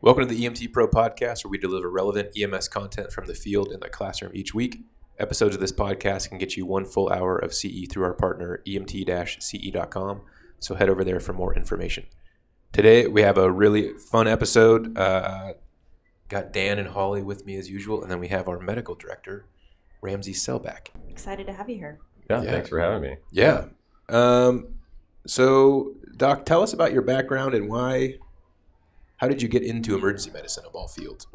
Welcome to the EMT Pro podcast, where we deliver relevant EMS content from the field in the classroom each week. Episodes of this podcast can get you one full hour of CE through our partner, E emt ce.com. So head over there for more information. Today, we have a really fun episode. Uh, got Dan and Holly with me as usual, and then we have our medical director, Ramsey Selback. Excited to have you here. Yeah, Yeah. thanks for having me. Yeah. Um, so, Doc, tell us about your background and why. How did you get into emergency medicine of all fields?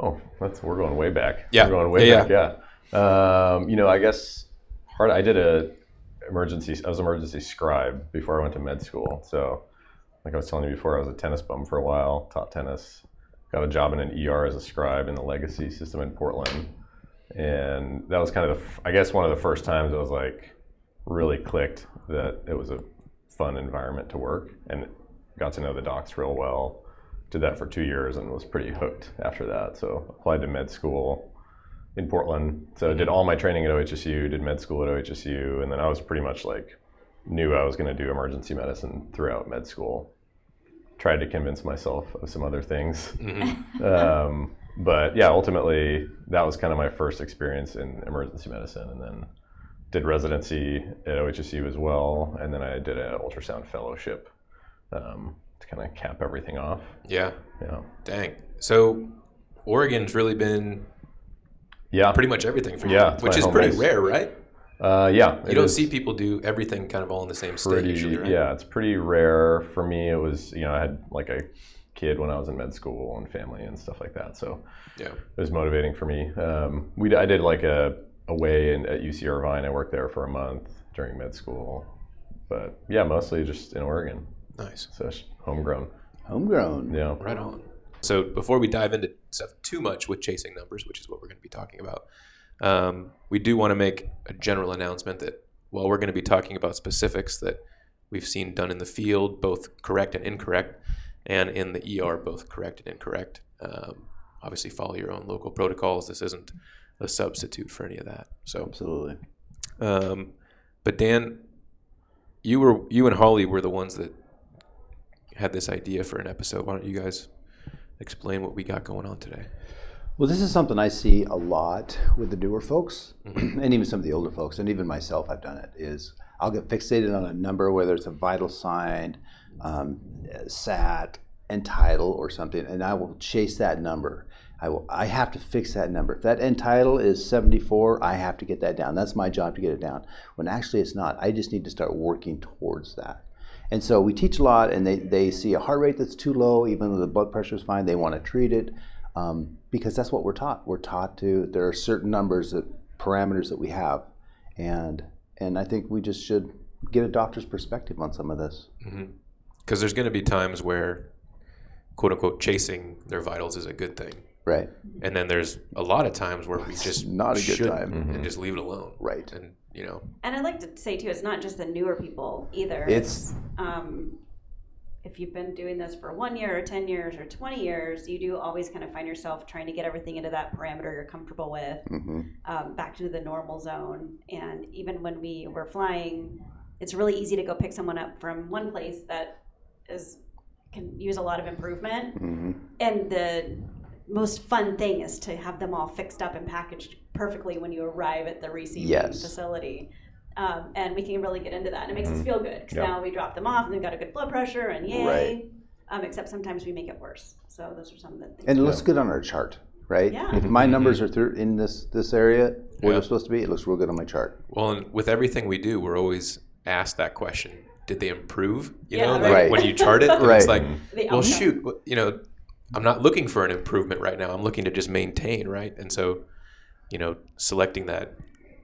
Oh, that's we're going way back. Yeah. we're going way Yeah, back. Yeah. Um, you know, I guess part I did a emergency. I was emergency scribe before I went to med school. So, like I was telling you before, I was a tennis bum for a while. Taught tennis. Got a job in an ER as a scribe in the legacy system in Portland, and that was kind of the, f- I guess one of the first times I was like really clicked that it was a fun environment to work and got to know the docs real well. Did that for two years and was pretty hooked after that. So applied to med school in Portland. So did all my training at OHSU, did med school at OHSU, and then I was pretty much like knew I was going to do emergency medicine throughout med school. Tried to convince myself of some other things, Mm-hmm. um, but yeah, ultimately that was kind of my first experience in emergency medicine, and then did residency at OHSU as well, and then I did an ultrasound fellowship um, to kind of cap everything off. Yeah. Yeah, Dang. So, Oregon's really been yeah, pretty much everything for you, Yeah, it's which my is home pretty base. rare, right? uh, yeah. You it don't is see people do everything kind of all in the same state pretty. usually, right? Yeah, it's pretty rare for me. It was you know I had like a kid when I was in med school and family and stuff like that, so Yeah. it was motivating for me. Um, we I did like a away in, at UC Irvine. I worked there for a month during med school, but yeah, mostly just in Oregon. Nice. So it's homegrown. Homegrown. Yeah. Right on. So, before we dive into stuff too much with chasing numbers, which is what we're going to be talking about, um, we do want to make a general announcement that while we're going to be talking about specifics that we've seen done in the field, both correct and incorrect, and in the ER, both correct and incorrect, um, obviously follow your own local protocols. This isn't a substitute for any of that. So, Absolutely. Um, but Dan, you were you and Holly were the ones that had this idea for an episode. Why don't you guys explain what we got going on today? Well, this is something I see a lot with the newer folks, and even some of the older folks, and even myself. I've done it. Is I'll get fixated on a number, whether it's a vital sign, um, SAT, end title, or something, and I will chase that number. I will. I have to fix that number. If that end title is 74, I have to get that down. That's my job to get it down. When actually it's not. I just need to start working towards that. And so we teach a lot, and they, they see a heart rate that's too low, even though the blood pressure is fine, they want to treat it um, because that's what we're taught. We're taught to, there are certain numbers, that, parameters that we have. And, and I think we just should get a doctor's perspective on some of this. Because there's going to be times where, quote unquote, chasing their vitals is a good thing, Right, and then there's a lot of times where we just not a good shouldn't time. and just leave it alone. right. And you know, And I'd like to say too, it's not just the newer people either. It's- um, if you've been doing this for one year or ten years or twenty years, you do always kind of find yourself trying to get everything into that parameter you're comfortable with, hmm um, back to the normal zone. And even when we were flying, it's really easy to go pick someone up from one place that is can use a lot of improvement hmm and the most fun thing is to have them all fixed up and packaged perfectly when you arrive at the receiving Yes. facility. Um, and we can really get into that. And it makes us Mhm. feel good because Yeah. now we drop them off and they've got a good blood pressure and yay. Right. Um, except sometimes we make it worse. So those are some of the things. And it looks good on our chart, right? Yeah. If my numbers are through in this, this area where Yeah. they're supposed to be, it looks real good on my chart. well, and with everything we do, we're always asked that question: Did they improve? You know, Yeah, like right. when you chart it, and it's like, Right. The well, outcome. shoot, w- you know, I'm not looking for an improvement right now. I'm looking to just maintain, right? And so, you know, selecting that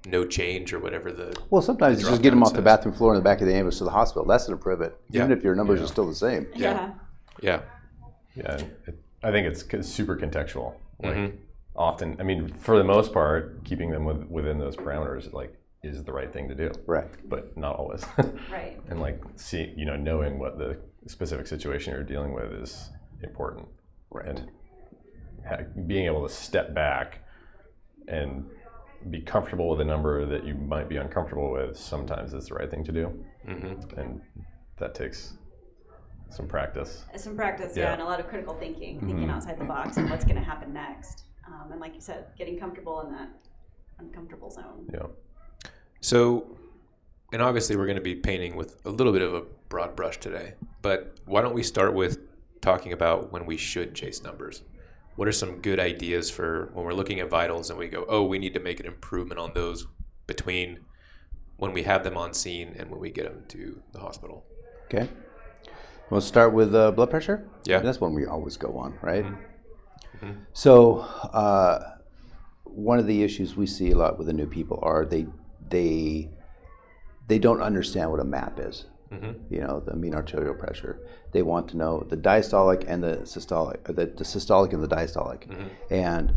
no change or whatever the Well, sometimes you Drop just get them down off the says. bathroom floor in the back of the ambulance to the hospital. That's an improvement, even Yeah. if your numbers are still the same. yeah. yeah. yeah, Yeah, it, I think it's c- super contextual. Like Mm-hmm. often, I mean, for the most part, keeping them with, within those parameters, like, is the right thing to do, Right. but not always. Right. and like, see, you know, knowing what the specific situation you're dealing with is important, Right. and ha- being able to step back and be comfortable with a number that you might be mm-hmm. uncomfortable with sometimes is the right thing to do, hmm and that takes some practice. some practice, yeah, Yeah. and a lot of critical thinking, thinking Mhm. outside the box and what's going to happen next. Um, and like you said, getting comfortable in that uncomfortable zone. Yeah. So, and obviously, we're going to be painting with a little bit of a broad brush today, but why don't we start with talking about when we should chase numbers? What are some good ideas for when we're looking at vitals and we go, oh, we need to make an improvement on those between when we have them on scene and when we get them to the hospital? Okay. We'll start with uh, blood pressure. Yeah. That's one we always go on, right? So, uh, one of the issues we see a lot with the new people are they they they don't understand what a MAP is. You know, the mean arterial pressure. They want to know the diastolic and the systolic, or the, the systolic and the diastolic, and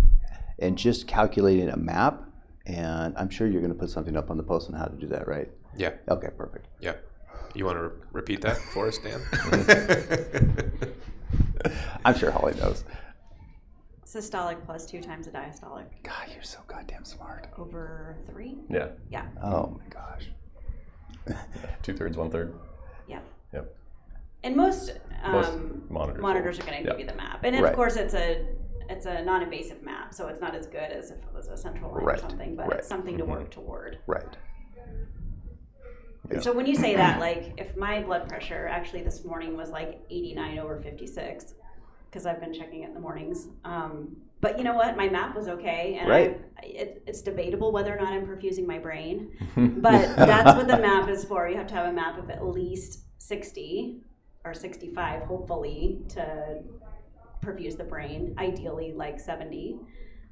and just calculating a MAP. And I'm sure you're going to put something up on the post on how to do that, right? Yeah, Okay, perfect. yeah. You want to re- repeat that for us, Dan? I'm sure Holly knows. Systolic plus two times the diastolic God, you're so goddamn smart. over three. Yeah. Yeah, Oh my gosh. Two thirds, one third. yeah. Yep. And most, Most um, monitors. monitors are going to Yeah. give you the map, and of Right. course it's a it's a non-invasive map, so it's not as good as if it was a central line Right, or something, but right. Mm-hmm. it's something to work toward. Right. So when you say that, like if my blood pressure actually this morning was like 89 over 56, because I've been checking it in the mornings. Um, but you know what? My map was okay, and Right. I, it, it's debatable whether or not I'm perfusing my brain. But that's what the map is for. You have to have a map of at least 60 or 65, hopefully, to perfuse the brain. Ideally, like 70.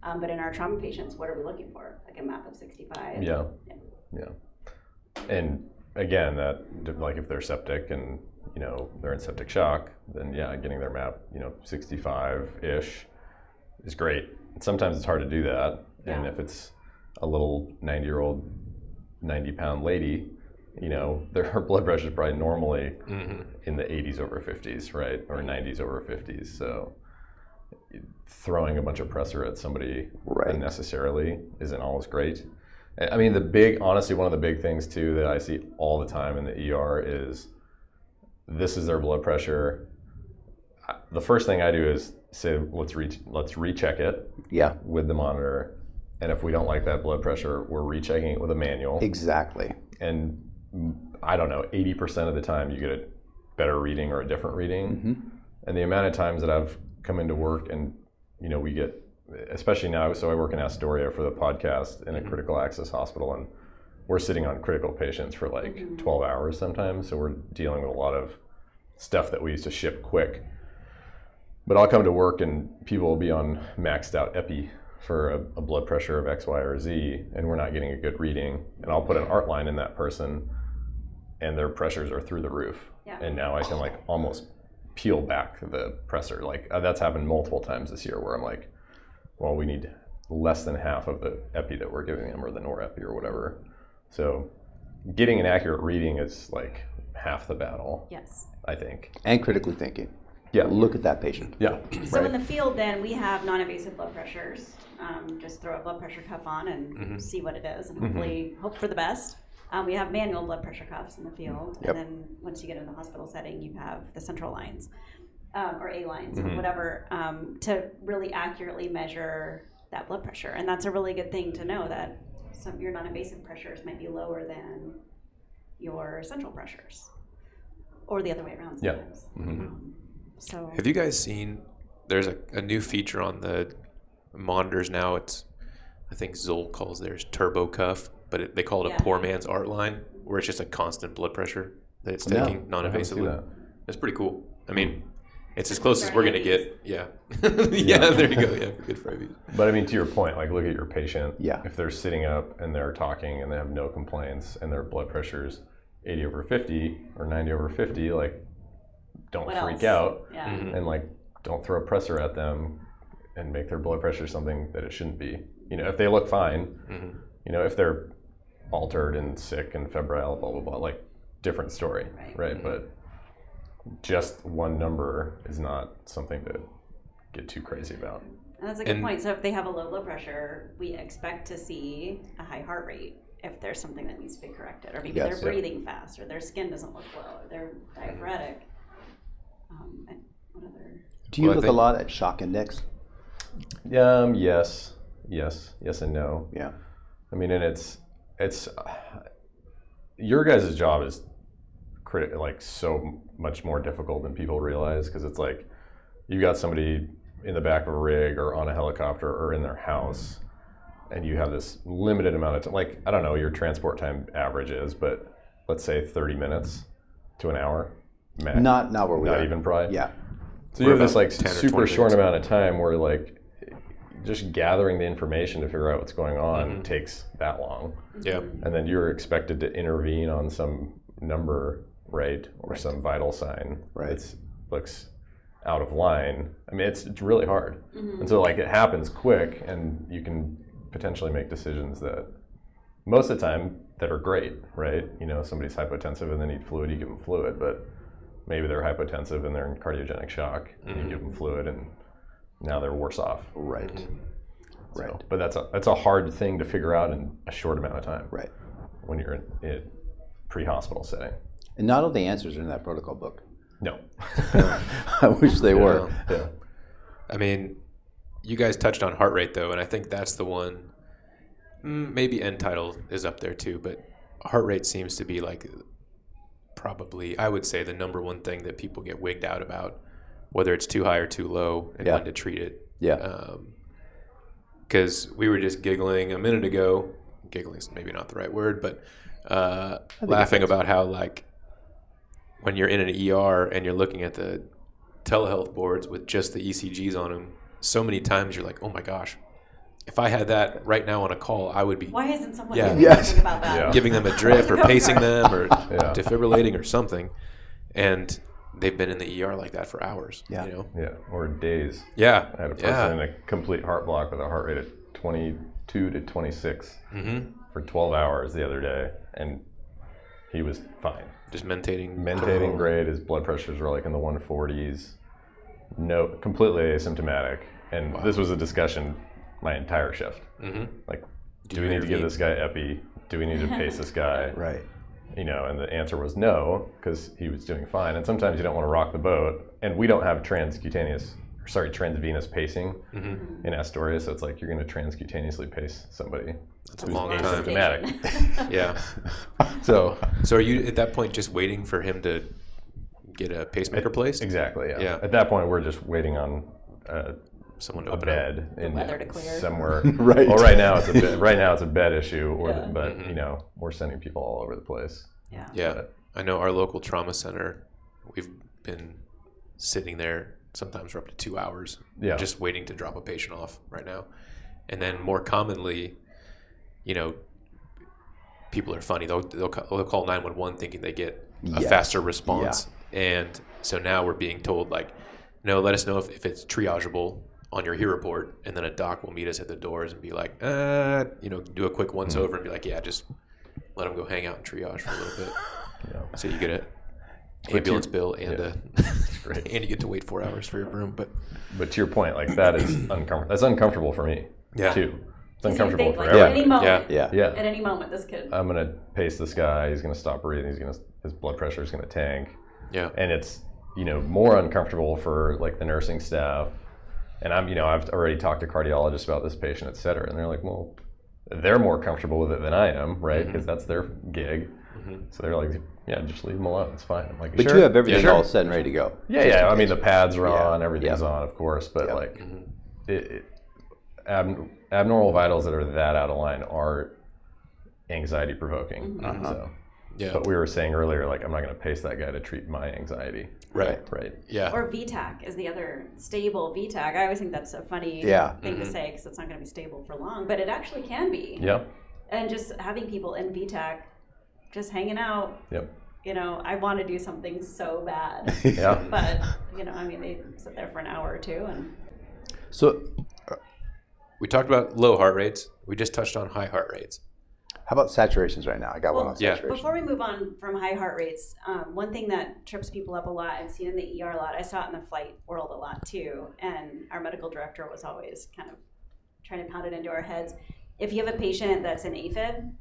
Um, but in our trauma patients, what are we looking for? Like a map of 65. Yeah. Yeah. And again, that like if they're septic and you know they're in septic shock, then yeah, getting their map, you know, 65 ish is great. Sometimes it's hard to do that, and Yeah. if it's a little 90 year old, 90 pound lady, you know, their her blood pressure is probably normally hmm in the 80s over 50s, right, or 90s over 50s. So throwing a bunch of pressure at somebody Right. unnecessarily isn't always great. I I mean, the big, honestly, one of the big things too that I see all the time in the ER is this is their blood pressure. I- The first thing I do is say, let's re- let's recheck it Yeah, with the monitor, and if we don't like that blood pressure, we're rechecking it with a manual exactly. and mm, I don't know, 80% of the time you get a better reading or a different reading. Mm-hmm. And the amount of times that I've come into work and, you know, we get, especially now, so I work in Astoria for the podcast in a critical access hospital, and we're sitting on critical patients for like 12 hours sometimes. So we're dealing with a lot of stuff that we used to ship quick. But I'll come to work and people will be on maxed out epi for a, a blood pressure of X, Y, or Z, and we're not getting a good reading. And I'll put an art line in that person, and their pressures are through the roof. Yeah. And now I can like almost peel back the presser. Like uh, that's happened multiple times this year where I'm like, well, we need less than half of the epi that we're giving them or the norepi or whatever. So getting an accurate reading is like half the battle, Yes. I think. Mm-hmm. And critically thinking. Yeah. Look at that patient. Yeah. So right. in the field, then we have non-invasive blood pressures. Um, just throw a blood pressure cuff on and see what it is, and hopefully hope for the best. Um, we have manual blood pressure cuffs in the field, Yep. and then once you get in the hospital setting, you have the central lines um, or A lines or whatever um, to really accurately measure that blood pressure. And that's a really good thing to know that some of your non-invasive pressures might be lower than your central pressures, or the other way around Yeah. sometimes. Mm-hmm. Um, so Have you guys seen? There's a, a new feature on the monitors now. It's I think Zoll calls theirs Turbo Cuff, but it, they call it Yeah. a poor man's art line, where it's just a constant blood pressure that it's No, taking non-invasively. that. That's pretty cool. I mean, it's as close as we're gonna Diabetes. get. Yeah, yeah. There you go. Yeah, good for IBs. But I mean, to your point, like look at your patient. Yeah. If they're sitting up and they're talking and they have no complaints and their blood pressure's 80 over 50 or 90 over 50, like don't what else? freak out Yeah. Mhm. and like don't throw a presser at them and make their blood pressure something that it shouldn't be. You know, if they look fine, Mhm. you know, if they're altered and sick and febrile, blah, blah, blah, like different story, Right. right? But just one number is not something to get too crazy about. And that's a good And- point. So if they have a low blood pressure, we expect to see a high heart rate if there's something that needs to be corrected, or maybe Yes, they're yeah. breathing fast, or their skin doesn't look well, or they're diaphoretic. Um, and what other? Do you Well, I look a think- lot at shock index? Um, yes, yes, yes, and no. Yeah. I mean, and it's it's your guys' job is criti- like so much more difficult than people realize because it's like you got somebody in the back of a rig or on a helicopter or in their house, and you have this limited amount of time. Like I don't know your transport time average is, but let's say thirty minutes to an hour, max. Not not where we not are. even probably. Yeah. So you have this about like 10 or super 20 short minutes. amount of time where like just gathering the information to figure out what's going on Mm-hmm. takes that long, Yeah. Mm-hmm. and then you're expected to intervene on some number, right, or some vital sign Right. that looks out of line. I mean, it's it's really hard, Mm-hmm. Mm-hmm. and so like it happens quick, and you can potentially make decisions that most of the time that are great, right? You know, somebody's hypotensive and they need fluid, you give them fluid, but maybe they're hypotensive and they're in cardiogenic shock, and Mm-hmm. you give them fluid, and now they're worse off. Right. Mm-hmm. So- Right. but that's a that's a hard thing to figure out in a short amount of time Right. when you're in a pre-hospital setting. And not all the answers are in that protocol book. No. I wish they were. yeah. I mean, you guys touched on heart rate though, and I think that's the one. mm, Maybe end title is up there too, but heart rate seems to be like probably I would say the number one thing that people get wigged out about, whether it's too high or too low, and Yeah. when to treat it. Yeah. Because Um, we were just giggling a minute ago. Giggling is maybe not the right word, but uh, laughing about how like when you're in an ER and you're looking at the telehealth boards with just the ECGs on them, so many times you're like, oh my gosh, if I had that right now on a call, I would be Why isn't someone Yeah. doing Yes. something about that? Yeah. giving them a drip or pacing them or Yeah. defibrillating or something. And they've been in the ER like that for hours. Yeah. You know? Yeah. Or days. Yeah. I had a person in yeah. a complete heart block with a heart rate of 22 to 26 Mm-hmm. for 12 hours the other day, and he was fine. Just mentating. Mentating grade, his blood pressures were like in the 140s. No, completely asymptomatic. And this was a discussion my entire shift. hmm Like, do, you we need to give intervene? this guy epi? Do we need to pace this guy? Right. You know, and the answer was no because he was doing fine. And sometimes you don't want to rock the boat, and we don't have transcutaneous, or sorry, transvenous pacing Mm-hmm. in Astoria, so it's like you're going to transcutaneously pace somebody That's a long time. asymptomatic. Yeah. so So are you at that point just waiting for him to get a pacemaker placed? exactly, yeah. Yeah. At that point, we're just waiting on. Uh, Someone to a open up. bed in weather to clear. somewhere. Right. Well, right now it's a bed, right now it's a bed issue, or Yeah. the, but Mm-hmm. you know we're sending people all over the place. yeah. Yeah, I know our local trauma center. We've been sitting there sometimes for up to two hours, Yeah. just waiting to drop a patient off right now. And then more commonly, you know, people are funny. They'll they'll, ca- they'll call nine one one thinking they get a Yes. faster response, and so now we're being told like, no, let us know if, if it's triageable on your HEAR report, and then a doc will meet us at the doors and be like, uh, you know, do a quick once Hmm. over and be like, yeah, just let them go hang out and triage for a little bit. Yeah. So you get a ambulance bill and yeah. a, and you get to wait four hours for your room. But But to your point, like that is uncomfortable. That's uncomfortable for me Yeah. too. It's So you uncomfortable think, for like, At everyone. any moment, Yeah. Uh, Yeah. Yeah. at any moment, this could. I'm gonna pace this guy. He's gonna stop breathing. He's gonna his blood pressure is gonna tank, yeah, and it's you know more uncomfortable for like the nursing staff. And I'm you know I've already talked to cardiologists about this patient, et cetera, and they're like, well, they're more comfortable with it than I am, right? Mm-hmm. Because that's their gig. Mm-hmm. So they're like, yeah, just leave him alone. It's fine. I'm like, But sure. you have everything sure. all set and ready to go. Yeah, yeah. I mean, the pads are Yeah, on, everything's yeah. on, of course, but like, Mm-hmm. it, it, ab, abnormal vitals that are that out of line are anxiety provoking. Mm-hmm. Uh-huh. So, yeah, but we were saying earlier, like, I'm not going to pace that guy to treat my anxiety, right, right? yeah, Or VTAC is the other stable VTAC. I always think that's a funny Yeah. thing Mm-hmm. to say because it's not going to be stable for long, but it actually can be. Yep, And just having people in VTAC just hanging out, yep, you know, I want to do something so bad. yeah. but, you know, I mean, they sit there for an hour or two and So, We talked about low heart rates. We just touched on high heart rates. how about saturations right now? I got one Well, on yeah. saturation. Before we move on from high heart rates, um, one thing that trips people up a lot, I've seen in the ER a lot, I saw it in the flight world a lot too, and our medical director was always kind of trying to pound it into our heads. If you have a patient that's an AFib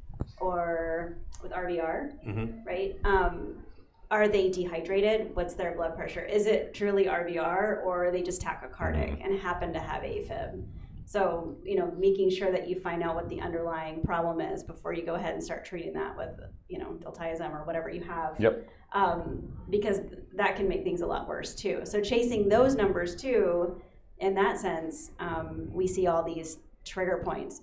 or with RVR, Mhm. right, um, are they dehydrated? What's their blood pressure? Is it truly RVR or are they just tachycardic and happen to have AFib? So, you know, making sure that you find out what the underlying problem is before you go ahead and start treating that with, you know, diltiazem or whatever you have. Yep. Um, because that can make things a lot worse too. So, chasing those numbers too, in that sense, um, we see all these trigger points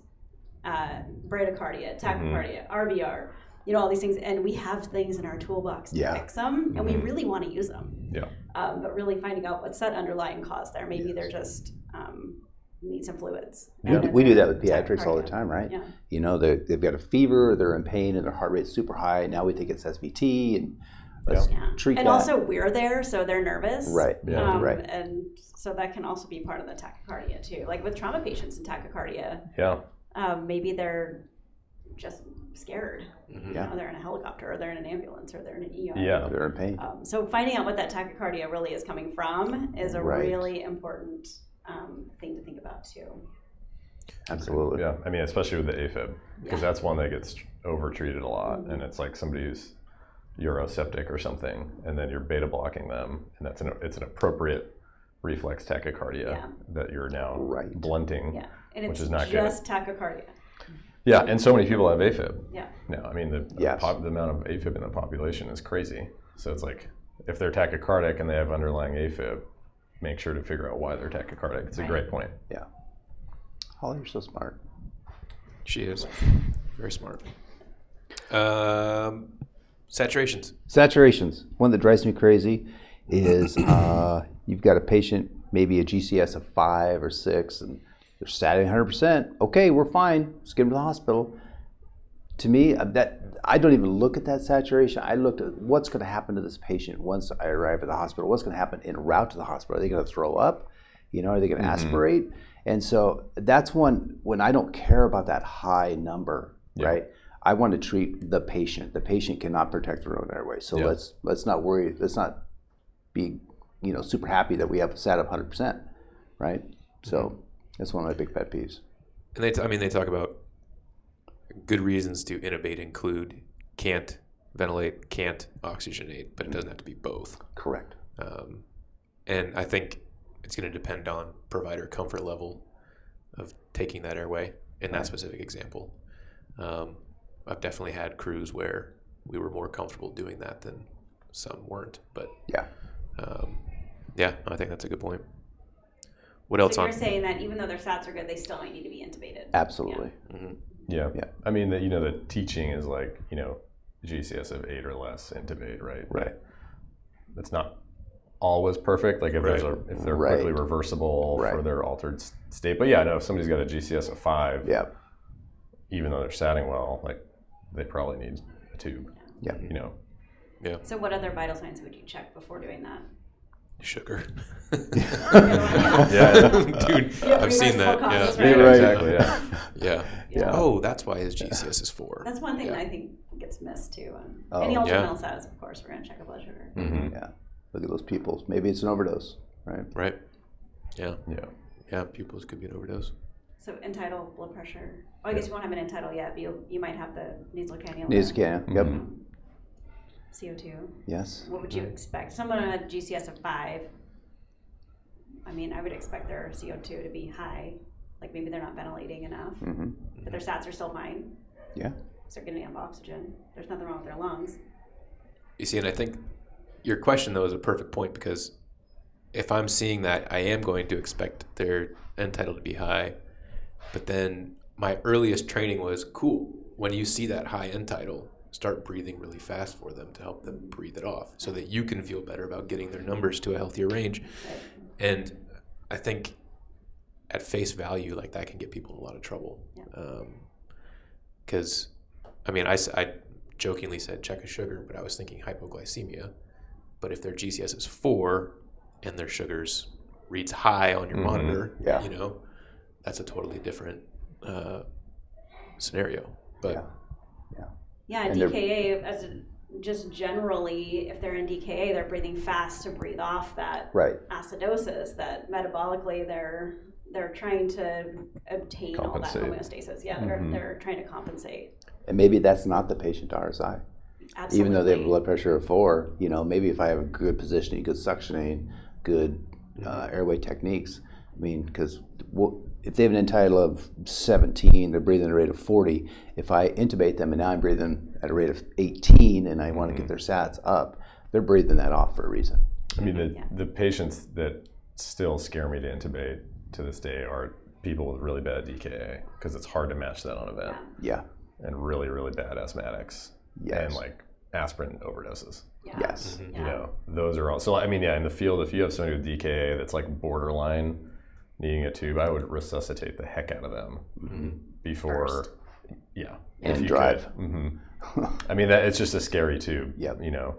uh, bradycardia, tachycardia, RVR, you know, all these things. And we have things in our toolbox to Yeah. Mm-hmm. fix them, and we Mhm. really want to use them. Yeah. Um, but really finding out what's that underlying cause there. Maybe they're just um, need some fluids. We, And do, then we do that with pediatrics all the tachycardia. time, right? Yeah. You know, they're- they've got a fever, or they're in pain, and their heart rate's super high. Now we think it's SVT, and let's Yeah. treat And that. also, we're there, so they're nervous. right. Yeah. Um, Right. And so that can also be part of the tachycardia too. Like with trauma patients and tachycardia, yeah. um, maybe they're just scared. Mhm. Yeah. You know, they're in a helicopter, or they're in an ambulance, or they're in an ER. Yeah. They're in pain. Um, so finding out what that tachycardia really is coming from is a Right. really important um, thing to think about too. Absolutely. Yeah, I mean, especially with the AFib, because that's one that gets over treated a lot, and it's like somebody who's uroseptic or something, and then you're beta blocking them, and that's an it's an appropriate reflex tachycardia Yeah. that you're now Right. blunting. Yeah, and it's Which is not good. just tachycardia. Yeah, and so many people have AFib. Yeah. No, I mean the Yes. pop, the amount of AFib in the population is crazy. So it's like if they're tachycardic and they have underlying AFib, make sure to figure out why they're tachycardic. It's a Right. great point. Holly, you're so smart. She is very smart. Um, saturations. Saturations. One that drives me crazy is uh, you've got a patient, maybe a GCS of five or six, and they're sat at 100%. Okay, we're fine. Let's get them to the hospital. To me, uh, that I don't even look at that saturation. I looked at what's going to happen to this patient once I arrive at the hospital. What's going to happen en route to the hospital? Are they going to throw up? You know, are they going to aspirate? And so that's one when I don't care about that high number, Yeah. right? I want to treat the patient. The patient cannot protect their own airway. So Yeah. let's let's not worry. Let's not be you know super happy that we have sat up 100 percent, right? So that's one of my big pet peeves. And they, t- I mean, they talk about good reasons to intubate include can't ventilate, can't oxygenate, but it doesn't have to be both. Correct. Um, and I think it's going to depend on provider comfort level of taking that airway in that specific example. Um, I've definitely had crews where we were more comfortable doing that than some weren't. But Yeah. um, yeah, I think that's a good point. What else so on? you're saying that even though their sats are good, they still might need to be intubated. Absolutely. Mm-hmm. Yeah. Yeah. I mean, the, you know, the teaching is like, you know, GCS of eight or less intubate, right? Right. It's not always perfect. Like if there's a, if they're Right. quickly reversible for Right. their altered s- state. But yeah, no, if somebody's got a GCS of five, Yeah. even though they're satting well, like they probably need a tube. Yeah. You know, So what other vital signs would you check before doing that? Sugar. Yeah. Dude, I've seen that. reversible causes, Yeah. right? Yeah, exactly. Yeah. yeah. Yeah. Oh, that's why his GCS is four. That's one thing Yeah. that I think gets missed too. Um, Oh. any Yeah. ultrasound sats, of course, we're gonna check a blood sugar. Mhm. Yeah. Look at those people. Maybe it's an overdose, right? Right. Yeah. Yeah. Yeah. Pupils could be an overdose. So entitled blood pressure. Oh, I guess you won't have an entitled yet, but you you might have the nasal cannula. Nasal cannula. Yep. Mm-hmm. CO two. Yes. What would you expect? Someone on a GCS of five. I mean, I would expect their CO two to be high. Like maybe they're not ventilating enough, hmm but their sats are still fine. Yeah. So they're getting enough oxygen. There's nothing wrong with their lungs. You see, and I think your question though is a perfect point because if I'm seeing that, I am going to expect their entitled to be high. But then my earliest training was cool. When you see that high entitle, start breathing really fast for them to help them breathe it off, so that you can feel better about getting their numbers to a healthier range. And I think at face value, like that can get people in a lot of trouble. Because, I mean, I, s- I jokingly said check a sugar, but I was thinking hypoglycemia. But if their GCS is four and their sugars reads high on your Mhm. monitor, Yeah. you know, that's a totally different uh, scenario. But Yeah. Yeah, And they're- DKA as a, just generally, if they're in DKA, they're breathing fast to breathe off that Right. acidosis. That metabolically, they're they're trying to obtain Compensate. Mm-hmm. all that homeostasis. Yeah, they're, Mhm. they're trying to compensate. And maybe that's not the patient RSI. Absolutely. even though they have blood pressure of four, you know, maybe if I have good positioning, good suctioning, good uh, airway techniques, I mean, because if they have an entitle of 17, they're breathing at a rate of 40. If I intubate them and now I'm breathing at a rate of 18 and I want to get their SATs up, they're breathing that off for a reason. I mean, the, Yeah. the patients that still scare me to intubate to this day are people with really bad DKA because it's hard to match that on event Yeah. and really, really bad asthmatics Yes. and like aspirin overdoses. Yeah. yes. Mm-hmm. Yeah. You know, those are all. So, I mean, yeah, in the field, if you have somebody with DKA that's like borderline needing a tube, I would resuscitate the heck out of them before. Yeah. Mm-hmm. And drive. hmm I mean, that it's just a scary tube. Yep. You know,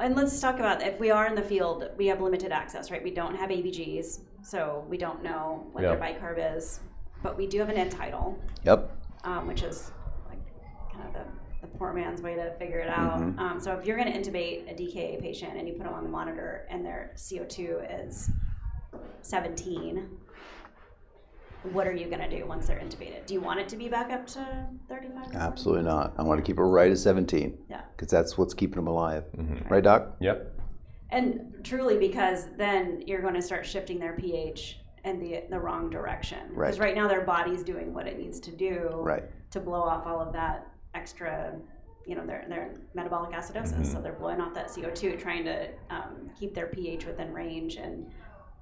And let's talk about if we are in the field, we have limited access, right? We don't have ABGs, so we don't know what their Yeah. bicarb is, but we do have an end title, Yep. um, which is like kind of the, the poor man's way to figure it out. Um, so if you're going to intubate a DKA patient and you put them on the monitor and their CO2 is 17, what are you going to do once they're intubated? Do you want it to be back up to 35? Absolutely not. I want to keep it right at 17 Yeah. because that's what's keeping them alive. Right, Doc? yep. And truly, because then you're going to start shifting their pH in the the wrong direction. Because Right. right now their body's doing what it needs to do Right. to blow off all of that extra, you know, their their metabolic acidosis. So they're blowing off that CO2, trying to um, keep their pH within range. And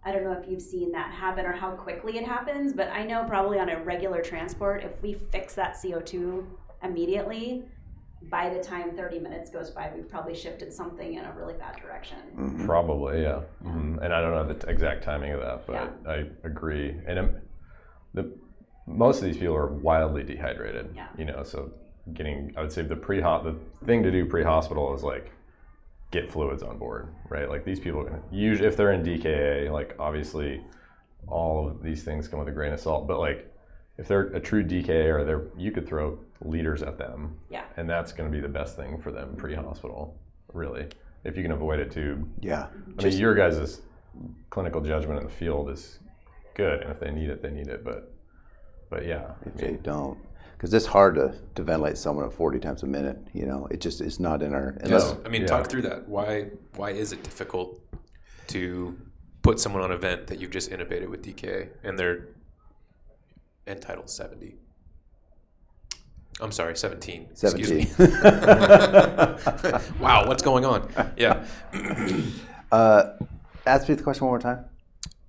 I don't know if you've seen that happen or how quickly it happens, but I know probably on a regular transport, if we fix that CO2 immediately. By the time 30 minutes goes by, we've probably shifted something in a really bad direction. Probably, yeah. Mhm. And I don't know the t- exact timing of that, but Yeah. I agree. And i the most of these people are wildly dehydrated. Yeah. You know, so getting I would say the pre the thing to do pre hospital is like get fluids on board, right? Like these people can usually if they're in DKA, like obviously all of these things come with a grain of salt, but like if they're a true DKA or they're you could throw liters at them Yeah. and that's going to be the best thing for them pre-hospital, really. If you can avoid a tube, Yeah. I mean, your guys' clinical judgment in the field is good, and if they need it, they need it. But, but yeah, I They mean, don't. Because it's hard to, to ventilate someone at 40 times a minute. You know, it just it's not in our. Unless, I mean, Yeah. talk through that. Why why is it difficult to put someone on a vent that you've just intubated with DK and they're entitled seventy? I'm sorry, seventeen. Excuse me. 17. wow, what's going on? Yeah. uh, ask me the question one more time.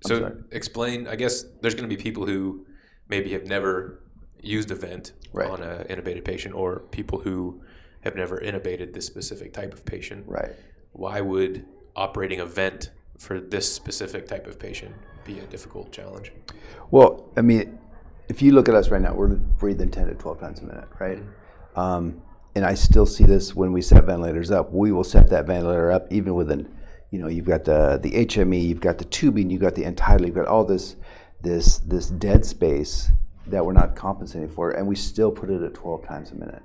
So sorry. explain. I guess there's going to be people who maybe have never used a vent Right. on an intubated patient, or people who have never intubated this specific type of patient. Right. why would operating a vent for this specific type of patient be a difficult challenge? Well, I mean, if you look at us right now, we're breathing 10 to 12 times a minute, right? Um, and I still see this when we set ventilators up. We will set that ventilator up even with an, you know, you've got the the HME, you've got the tubing, you've got the entitle, you've got all this this this dead space that we're not compensating for, and we still put it at 12 times a minute.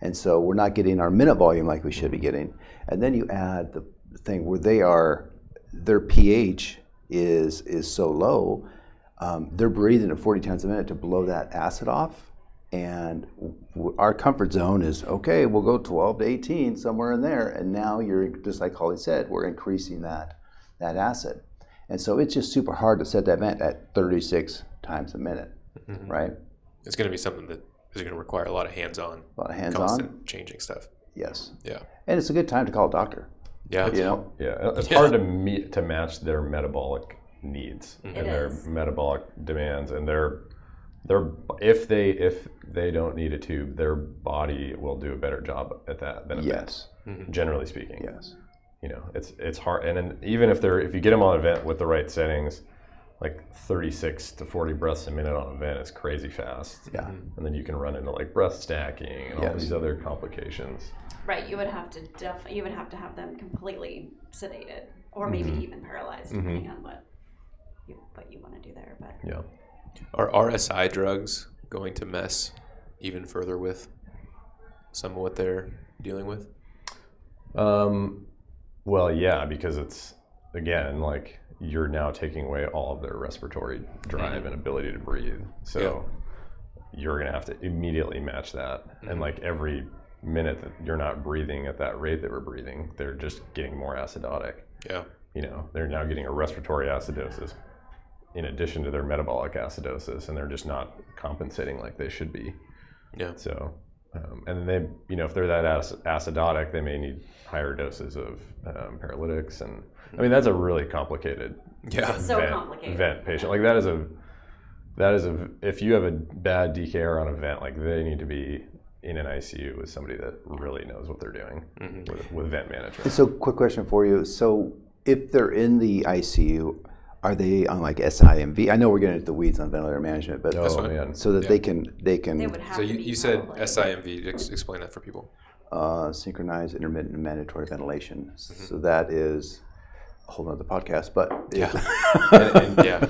And so we're not getting our minute volume like we should be getting. And then you add the thing where they are, their pH is is so low, um, they're breathing at 40 times a minute to blow that acid off. And w- our comfort zone is okay. We'll go 12 to 18 somewhere in there. And now you're just like Holly said, we're increasing that that acid. And so it's just super hard to set that vent at 36 times a minute, Mm-hmm. right? It's going to be something that is going to require a lot of hands-on, A lot of hands constant on. changing stuff. Yes. Yeah, And it's a good time to call a doctor. yeah, You know, yeah, uh, it's hard to meet to match their metabolic needs and their is. metabolic demands and their their if they if they don't need a tube, their body will do a better job at that than a Yes, vent, generally speaking. yes, you know it's it's hard and, then even if they're if you get them on a vent with the right settings like 36 to 40 breaths a minute on a vent is crazy fast yeah, and then you can run into like breath stacking and all Yes. these other complications Right, you would have to def- you would have to have them completely sedated or maybe Mm-hmm. even paralyzed, depending on what you, what you want to do there. But yeah Are RSI drugs going to mess even further with some of what they're dealing with? um well yeah because it's again like you're now taking away all of their respiratory drive and ability to breathe so you're gonna have to immediately match that and like every minute that you're not breathing at that rate that we're breathing, they're just getting more acidotic. Yeah. You know, they're now getting a respiratory acidosis in addition to their metabolic acidosis, and they're just not compensating like they should be. Yeah. So, um, and they, you know, if they're that ac- acidotic, they may need higher doses of um, paralytics, and I mean that's a really complicated Yeah. So complicated. vent patient. Like that is a that is a if you have a bad DKR on a vent, like they need to be in an ICU with somebody that really knows what they're doing Mm-hmm. with, with vent management. So, quick question for you. So, if they're in the ICU, are they on like SIMV? I know we're getting into the weeds on ventilator management, but Oh fine. man, so that they can they They can would have So to you, be you said probably. SIMV. Ex- explain that for people. uh, synchronize intermittent mandatory ventilation. Mm-hmm. So that is a whole nother podcast, but it- and, and Yeah.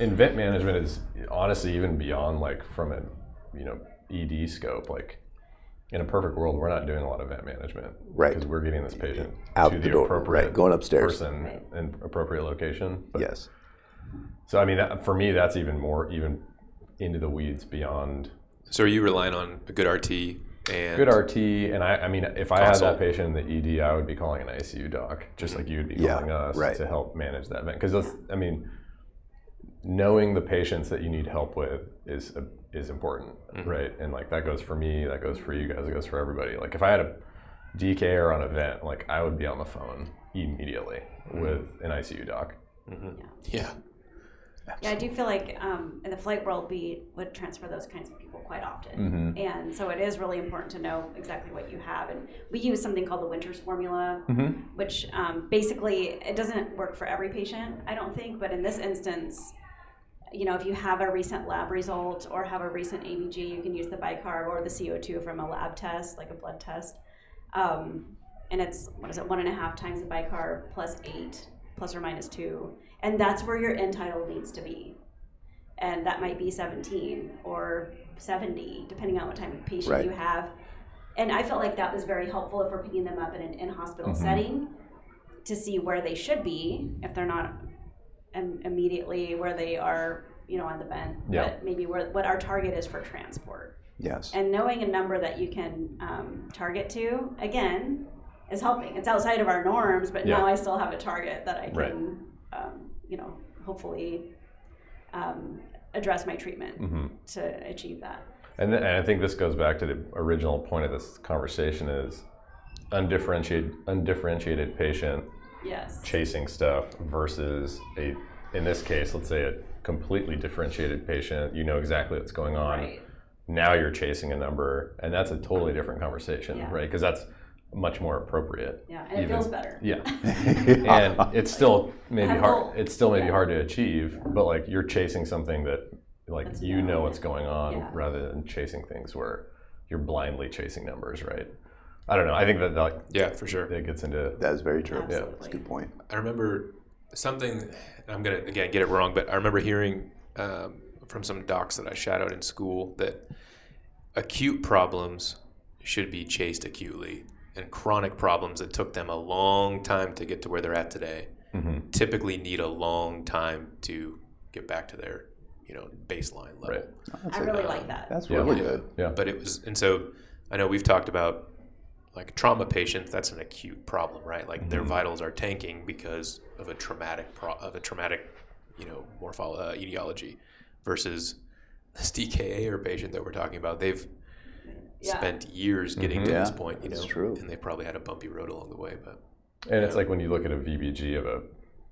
and vent management is honestly even beyond like from a you know ed scope like in a perfect world we're not doing a lot of vent management Right. because we're getting this patient Out to the the, door, appropriate right, going upstairs. person and appropriate location But- yes, so i mean that, for me that's even more even into the weeds beyond So are you relying on a good RT and good rt and i, I mean if i had Consult. that patient in the ed i would be calling an icu doc just like you would be Yeah, calling us right. to help manage that vent because i mean knowing the patients that you need help with is a, is important, right? And like that goes for me, that goes for you guys, it goes for everybody. Like if I had a DK or on event, like I would be on the phone immediately with an ICU doc. Yeah. Yeah, I do feel like um, in the flight world, we would transfer those kinds of people quite Mm-hmm. often. Mm-hmm. And so it is really important to know exactly what you have. And we use something called the Winters formula, Mm-hmm. which um, basically it doesn't work for every patient, I don't think, but in this instance, you know, if you have a recent lab result or have a recent ABG, you can use the bicarb or the CO2 from a lab test, like a blood test. Um, and it's, what is it, one and a half times the bicarb plus eight, plus or minus two. And that's where your end title needs to be. And that might be 17 or 70, depending on what type of patient Right. you have. And I felt like that was very helpful if we're picking them up in an in hospital Mm-hmm. setting to see where they should be if they're not im- immediately where they are, you know, on the vent, Yeah. but maybe where, what our target is for transport. yes, And knowing a number that you can um, target to, again, is helping. It's outside of our norms, but now Yeah. I still have a target that I can, Right. um, you know, hopefully um, address my Mm. treatment Mm-hmm. to achieve that. And, th- and I think this goes back to the original point of this conversation is undifferentiated undifferentiated patient Yes. chasing stuff versus a in this case let's say a completely differentiated patient you know exactly what's going on Right. now you're chasing a number and that's a totally different conversation Yeah. right because that's much more appropriate Yeah, and it even- feels better. yeah and it's still maybe Have hard hope. it's still maybe Yeah. hard to achieve but like you're chasing something that like That's you known. know what's going on Yeah. rather than chasing things where you're blindly chasing numbers right i don't know i think that like Yeah, for sure. it gets into that is very true. Absolutely. That's a good point. I remember something. and I'm gonna again get it wrong, but I remember hearing um, from some docs that I shadowed in school that acute problems should be chased acutely, and chronic problems that took them a long time to get to where they're at today mm-hmm. typically need a long time to get back to their you know baseline level. Right. I really like that. That's Yeah. really Yeah. good. yeah But it was, and so I know we've talked about like trauma patients. That's an acute problem, right? Like their Mm-hmm. vitals are tanking because of a traumatic pro- of a traumatic, you know, morphol uh, etiology, versus this DKA or patient that we're talking about. They've Yeah. spent years getting Mhm. to Mm-hmm. Yeah, this point, you know, that's true. and they probably had a bumpy road along the way. But And it's like when you look at a VBG of a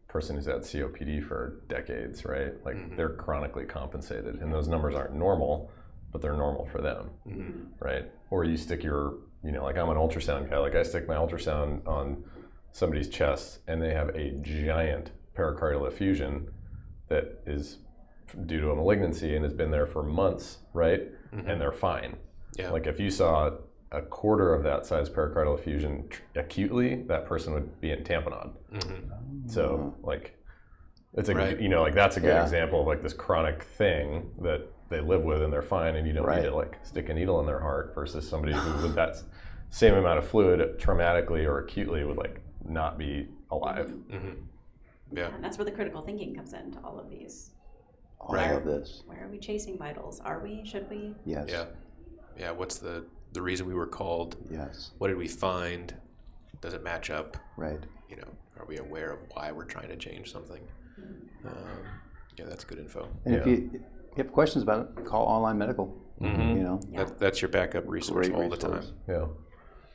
person who's had COPD for decades, right? Like they're chronically compensated, and those numbers aren't normal, but they're normal for them, Mm-hmm. Mm-hmm. right? Or you stick your, you know, like I'm an ultrasound guy, like I stick my ultrasound on somebody's chest, and they have a giant pericardial effusion that is due to a malignancy and has been there for months, right? And they're fine. Mm-hmm. Yeah. Like if you saw a quarter of that size pericardial effusion tr- acutely, that person would be in tamponade. Mm-hmm. So like, it's a good- Right. you know like that's a good Yeah. example of like this chronic thing that they live with and they're fine, and you don't Right. need to like stick a needle in their heart versus somebody who with that s- same amount of fluid traumatically or acutely would like not be alive. mm-hmm. yeah, And that's where the critical thinking comes into all of these. Mm-hmm. All Right. of this. Where are we chasing vitals? Are we? Should we? Yes. yeah, yeah. What's the the reason we were called. Yes. What did we find? Does it match up? Right. You know, are we aware of why we're trying to change something? Mm-hmm. Um, yeah, that's good info. And if Yeah. you if you have questions about it, call online medical. Mm-hmm. You know, That, that's your backup resource Great all the resource. time. Yeah.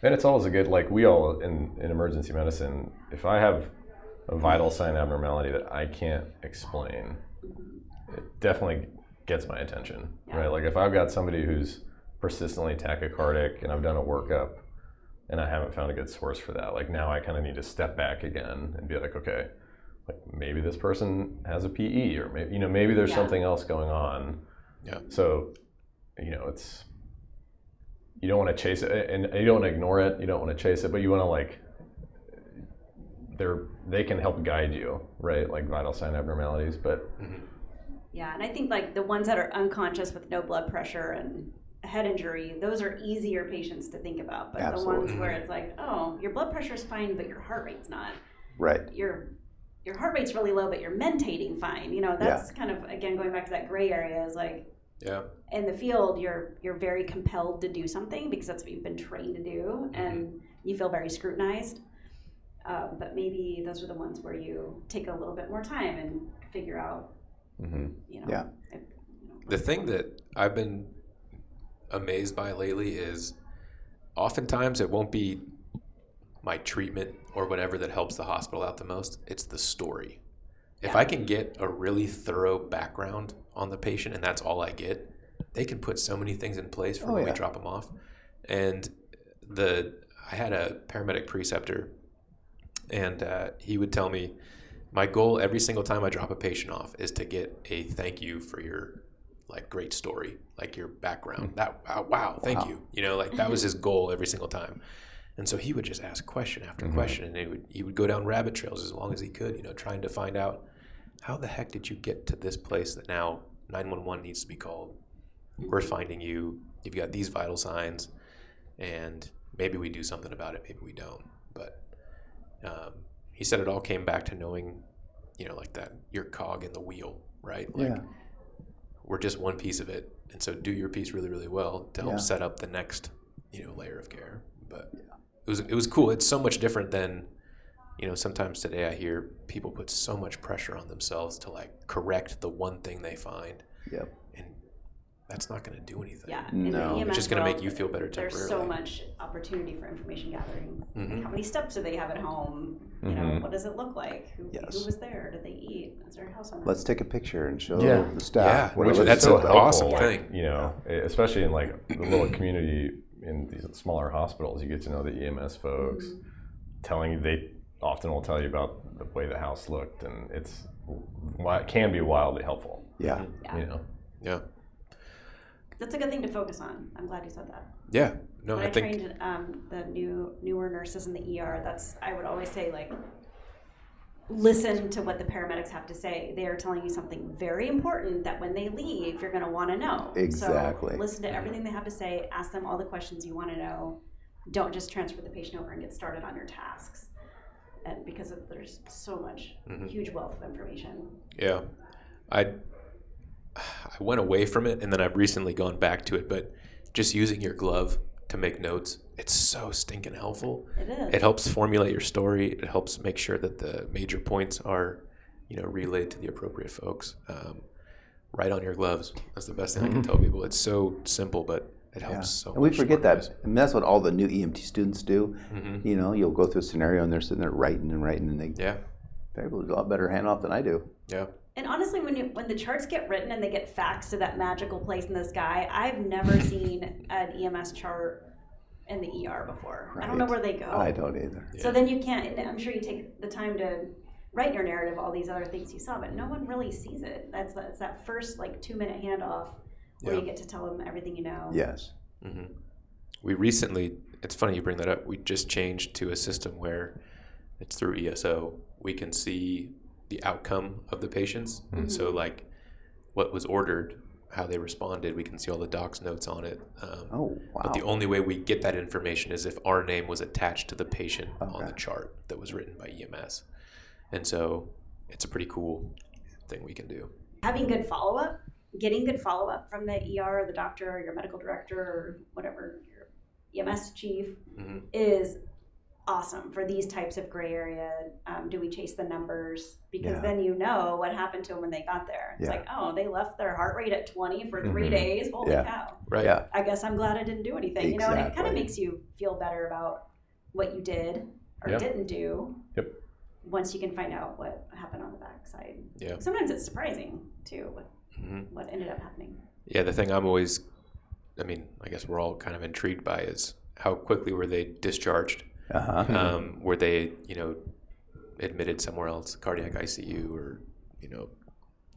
And it's always a good, like, we all in, in emergency medicine, if I have a vital sign abnormality that I can't explain, Mm-hmm. it definitely gets my attention, Yeah. right? Like, if I've got somebody who's persistently tachycardic and I've done a workup and I haven't found a good source for that, like, now I kind of need to step back again and be like, okay, like, maybe this person has a PE or maybe, you know, maybe there's Yeah. something else going on. Yeah. So, you know, it's you don't want to chase it, and and you don't want to ignore it. You don't want to chase it, but you want to like they're they can help guide you, right? Like vital sign abnormalities, but Mm-hmm. Yeah, and I think like the ones that are unconscious with no blood pressure and a head injury, those are easier patients to think about. But the Absolutely. Mm-hmm. ones where it's like, oh, your blood pressure's fine, but your heart rate's not. right. Your your heart rate's really low, but you're mentating fine. You know, that's kind of again going back to that gray area is like Yeah. in the field you're you're very compelled to do something because that's what you've been trained to do Mm-hmm. and you feel very scrutinized uh, but maybe those are the ones where you take a little bit more time and figure out you know Yeah. if- you know, The thing that I've been amazed by lately is oftentimes it won't be my treatment or whatever that helps the hospital out the most, it's the story. If I can get a really thorough background on the patient and that's all I get, they can put so many things in place for Oh, when yeah. we drop them off. And the I had a paramedic preceptor, and uh, he would tell me, my goal every single time I drop a patient off is to get a thank you for your like great story, like your background. That wow, wow thank you. You know, like that was his goal every single time. And so he would just ask question after question, and he would he would go down rabbit trails as long as he could, you know, trying to find out how the heck did you get to this place that now 911 needs to be called. We're finding you. You've got these vital signs, and maybe we do something about it. Maybe we don't. But um, he said it all came back to knowing, you know, like that your cog in the wheel, right? Like yeah. we're just one piece of it, and so do your piece really, really well to help Yeah. set up the next, you know, layer of care. But it was it was cool. It's so much different than, you know, sometimes today I hear people put so much pressure on themselves to like correct the one thing they find, Yep. and that's not going to do anything. Um, yeah in the No. It's EMS just going to world, make you feel better temporarily. there's so much opportunity for information gathering Mhm. how many steps do they have at home you know Mm-hmm. Mhm. what does it look like who, who Yes. was there did they eat is there a house on that? Let's take a picture and show Yeah. the staff. Yeah, what it which- looks that's like. an awesome like, thing. you know, e, especially in like the little community in these smaller hospitals, you get to know the EMS folks, telling you they often will tell you about the way the house looked, and it's wi- it can be wildly helpful, Yeah. Yeah. you know. Yeah, that's a good thing to focus on i'm glad you said that yeah. No, when I I, think trained um, the new newer nurses in the ER, that's I would always say like, listen to what the paramedics have to say. They are telling you something very important that when they leave, you're going to want to know. Exactly. So listen to everything they have to say. Ask them all the questions you want to know. Don't just transfer the patient over and get started on your tasks. And because of, there's so much Mm-hmm. huge wealth of information. Yeah, I I went away from it, and then I've recently gone back to it. But just using your glove to make notes, it's so stinking helpful. It is. It helps formulate your story. It helps make sure that the major points are, you know, relayed to the appropriate folks. Um, right on your gloves. That's the best thing I can tell people. It's so simple, but it helps so. Mm-hmm. and we much forget smarter that. And that's what all the new EMT students do. Mhm. You know, you'll go through a scenario and they're sitting there writing and writing, and they, guys. they're able to do a lot better handoff than I do. Yeah, yeah. And honestly, when you, when the charts get written and they get faxed to that magical place in the sky, I've never seen an EMS chart in the ER before. I don't know Right. where they go. Oh. I don't either. So then you can't. And I'm sure you take the time to write your narrative, all these other things you saw, but no one really sees it. That's that's that first like two minute handoff where Yeah. you get to tell them everything you know. Yes. Mm-hmm. we recently it's funny you bring that up we just changed to a system where it's through eso we can see the outcome of the patients And so Mm-hmm. like what was ordered how they responded we can see all the doc's notes on it um, Oh, wow. but the only way we get that information is if our name was attached to the patient on Okay. the chart that was written by ems and so it's a pretty cool thing we can do Having good follow E up, getting good follow up from the ER or the doctor or your medical director or whatever your EMS chief Mm-hmm. hmm is awesome for these types of gray area. Um, do we chase the numbers? Because Yeah. then you know what happened to them when they got there. It's Yeah. Mm-hmm. like, oh, they left their heart rate at 20 for 3 Mhm. days. Holy Yeah. cow. Right. Yeah. I guess I'm glad I didn't do anything, you know, and it kind of Exactly. makes you feel better about what you did or Yeah. didn't do. Yep. Once you can find out what happened on the backside. Yeah. Sometimes it's surprising too what, hmm what ended up happening. Yeah, the thing I'm always, I mean, I guess we're all kind of intrigued by is how quickly were they discharged? Uh-huh. Um, were they, you know, admitted somewhere else, cardiac ICU or, you know,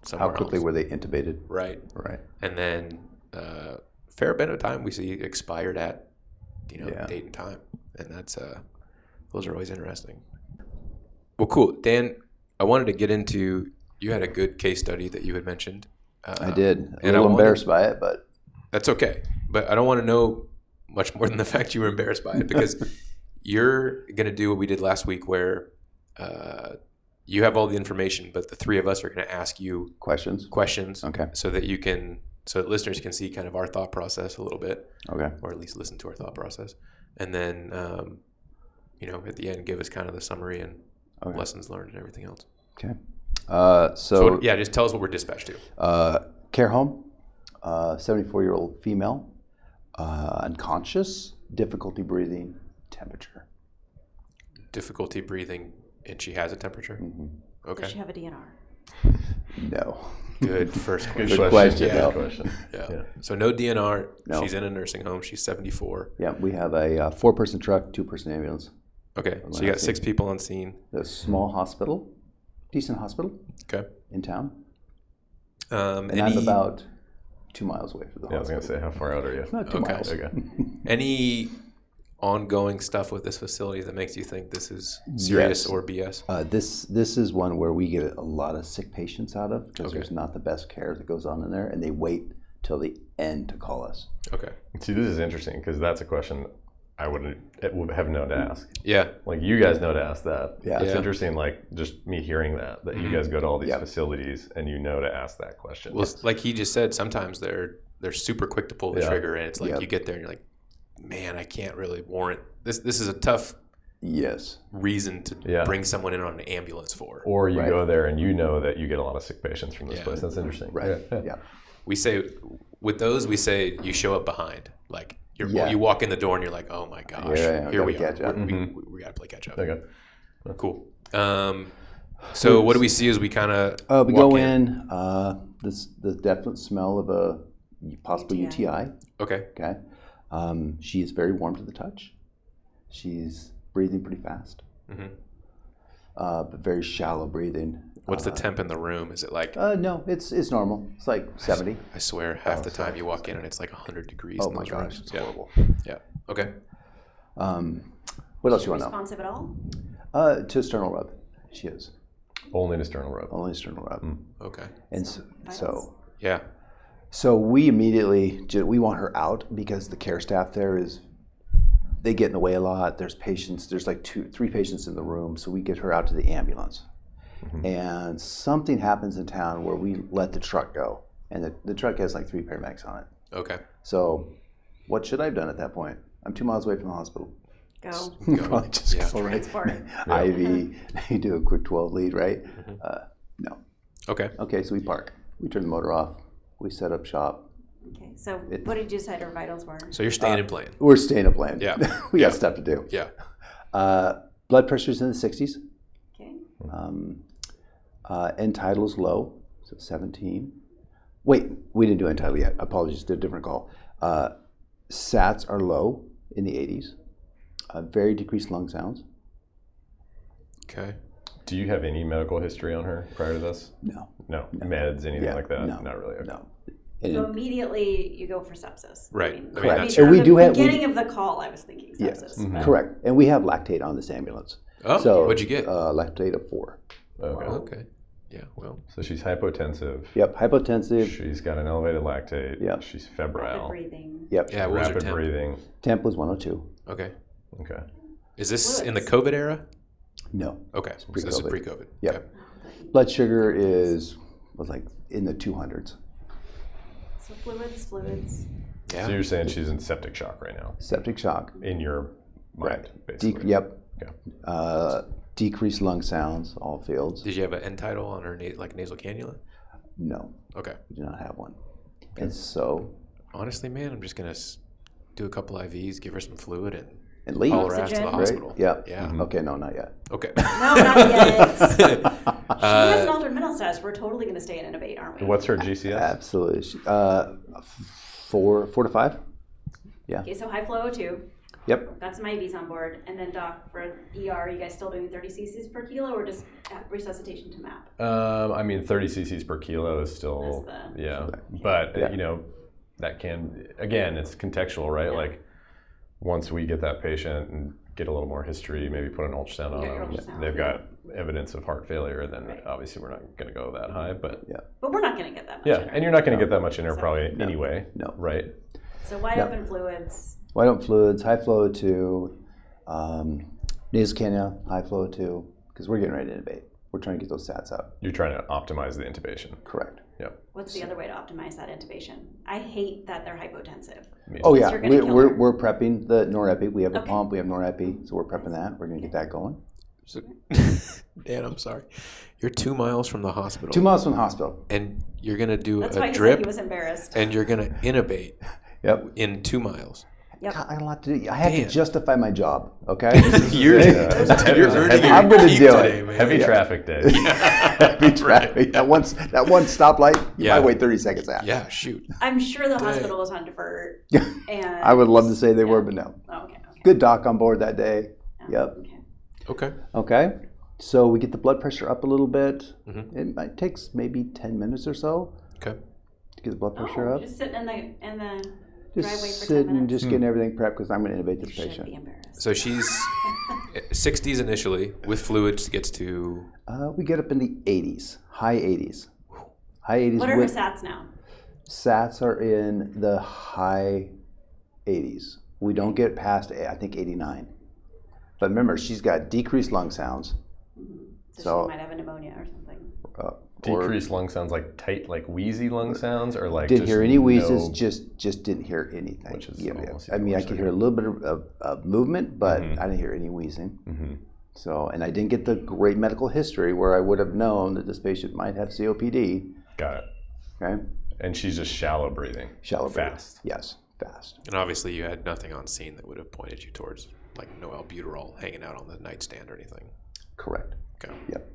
somewhere How quickly else? were they intubated? right. Right. And then uh, fair bit of time we see expired at, you know, Yeah. date and time. And that's, uh, those are always interesting. Well, cool. Dan, I wanted to get into, you had a good case study that you had mentioned. Uh, I did. A and I little wanted- embarrassed by it, but That's okay. But I don't want to know much more than the fact you were embarrassed by it because you're going to do what we did last week where uh, you have all the information, but the three of us are going to ask you questions. questions Okay. so that you can, so that listeners can see kind of our thought process a little bit, Okay. or at least listen to our thought process. And then, um, you know, at the end, give us kind of the summary and Okay. lessons learned and everything else. Okay. Uh, So, so, yeah, just tell us what we're dispatched to. uh, care home, uh, 74 year old female, uh, unconscious, difficulty breathing, temperature. Difficulty breathing, and she has a temperature. Mm. Does she Okay. have a DNR? Mm-hmm. No. Good first question. Good question, Yeah. though. Good question. Yeah. Yeah. So no DNR. No. She's in a nursing home. She's 74. Yeah, we have a uh, four person truck, two person ambulance. Okay. So you got six people on scene. A small Hmm. hospital, decent hospital Okay. in town. Um, And any, I'm about two miles away from the Yeah, I was hospital. gonna say, how far out are you? Not two Okay. miles. Okay. any ongoing stuff with this facility that makes you think this is serious Yes. or BS? Uh, this this is one where we get a lot of sick patients out of because there's not the best care that goes on in there, and they wait till the end to call us. Okay. See, this is interesting because that's a question I wouldn't it would have known to ask. Yeah. Like you guys know to ask that. Yeah. It's Yeah. Mm-hmm. interesting, like just me hearing that that you guys go to all these facilities and you know to ask that question. Well, it's like he just said, sometimes they're they're super quick to pull the Yeah. trigger, and it's like Yep. you get there and you're like, man, I can't really warrant this. This is a tough Yes, reason to Yeah. bring someone in on an ambulance for. or you Right. go there and you know that you get a lot of sick patients from this Yeah. place. That's interesting. right. Yeah. Yeah, we say with those we say you show up behind like you're, Yeah. you walk in the door and you're like oh my gosh Yeah, yeah, here we we are gotta catch up. Mm-hmm. We, we- Mhm. we, gotta play catch up Okay. cool um, so what do we see as we kind of Uh, we go in. Uh, this the definite smell of a possible UTI. UTI. okay Okay, um, she is very warm to the touch. She's breathing pretty fast, Mhm. uh, but very shallow breathing. what's the temp in the room is it like Uh, no, it's it's normal. It's like seventy. i swear half the time you walk in and it's like 100 degrees Oh in my those gosh, rooms. it's yeah horrible. yeah okay Um, what else you want to know? Responsive at all? Uh, to sternal rub, she is Only to sternal rub. only sternal rub, okay and so, so yeah so we immediately ju- we want her out because the care staff there is they get in the way a lot. There's patients. There's like two, three patients in the room, so we get her out to the ambulance. Mm-hmm. And something happens in town where we let the truck go, and the, the truck has like three paramedics on it. okay So, what should I have done at that point? I'm two miles away from the hospital. Go. Probably just Yeah. Mm-hmm. go right Transport. IV, you do a quick 12 lead, right? Uh, no. okay Okay, so we park. We turn the motor off. We set up shop. Okay. So what did you decide her vitals were? so you're Uh, staying and playing We're staying up land. Yeah. we got Yeah. stuff to do. yeah Uh, blood pressure's in the 60s. Okay. Um, uh, end title's low, so 17. Wait, we didn't do end title yet. Apologies, did a different call. Uh, SATs are low in the 80s. Uh, very decreased lung sounds. okay Do you have any medical history on her prior to this? No, No. Meds, anything Yeah, like that? no, Not really. Okay. no. So And- immediately you go for sepsis. Right. I mean, Correct. that's So from we the do have- we- beginning of the call. I was thinking Yes. sepsis. but- Correct. And we have lactate on this ambulance. oh So what'd you get Uh, lactate of four. Okay. okay yeah well So she's hypotensive. Yep. Hypotensive. She's got an elevated lactate. Yeah. She's Rapid febrile. breathing. Yep. yeah what was your Rapid temp breathing. Temp was 102. okay Okay. is this in the Fluids. covid era No. okay so this is pre-COVID. pre-covid Yeah. Okay. Blood sugar is was like in the 200s. So fluids, fluids. Yeah. So you're saying she's in septic shock right now, Septic shock. in your mind, De- basically. yep. Okay. Uh, decreased lung sounds, all fields. Did you have an end title on her na- like nasal cannula? No, Okay. we do not have one. And so, Honestly, man, I'm just gonna s- do a couple IVs, give her some fluid, and and leave. haul her ass to the Oxygen. hospital. Yeah. Yeah. Okay, no, not yet. Okay. No, not yet. She has an Uh, altered mental status. We're totally going to stay and innovate, aren't we? What's her GCS? Absolutely. She- Uh, f- four, four to five. Okay, so high flow 02. Yep. Got some IVs on board. And then, doc, for ER, are you guys still doing 30 cc's per kilo or just at resuscitation to map? Um, I mean, 30 cc's per kilo is still, That's the- yeah. But, Yeah. you know, that can, again, it's contextual, right? Yeah. Like, once we get that patient and get a little more history, maybe put an ultrasound on Get your them, ultrasound. they've got evidence of heart failure, then Right. obviously we're not going to go that high. But But we're not going to get that much. yeah, in her. and you're not going to get that much in her So- probably No. anyway, No. right? So wide Yeah. open fluids. Why don't fluids, high flow two, um, nasal cannula, high flow two, because we're getting ready to innovate. We're trying to get those stats up. You're trying to optimize the intubation. Correct. What's the other way to optimize that intubation? I hate that they're hypotensive. Me Oh too. yeah, you're gonna we, kill we're, her. we're prepping the norepi. We have a Okay. pump. We have norepi, so we're prepping that. We're gonna get that going. so- Dan, I'm sorry. You're two miles from the hospital, Two miles from the hospital. and you're gonna do That's why a he said drip, he was embarrassed. and you're gonna intubate Yep. in two miles. Yep. God, I got a lot to do. I have Damn. to justify my job. Okay. You're, Yeah. you're earning Heavy- your I'm gonna keep do today, it. man. Heavy traffic day. Heavy traffic. That one that one stoplight. You Yeah. might wait thirty seconds out. Yeah, shoot. I'm sure the Dang. hospital was on divert. And I would love to say they were, but no. Oh, okay, okay. Good doc on board that day. Yep. Okay. Okay. Okay. So we get the blood pressure up a little bit. Mhm. It might takes maybe ten minutes or so Okay. to get the blood pressure Oh, up. just sitting in the in the driveway Just for sitting, 10 minutes. just getting everything prepped because I'm going to innovate this should be patient. embarrassed. So she's 60s initially with fluids gets to Uh, we get up in the 80s, high 80s, high 80s. What are her with, sats now? Sats are in the high 80s. We don't get past, I think, 89. But remember, she's got decreased lung sounds. So, So- she might have a pneumonia or something. Uh, or Decreased lung sounds, like tight, like wheezy lung sounds, or like didn't just hear any wheezes. no- Just just didn't hear anything. Which is Yeah, yeah. almost I even mean, I worse, could right? hear a little bit of, of, of movement, but Mhm. I didn't hear any wheezing. Mhm. So, and I didn't get the great medical history where I would have known that this patient might have COPD. Got it. Okay, And she's just shallow breathing. shallow breathing. Fast. Yes, fast. and obviously you had nothing on scene that would have pointed you towards like no albuterol hanging out on the nightstand or anything. Correct. Okay. Yep.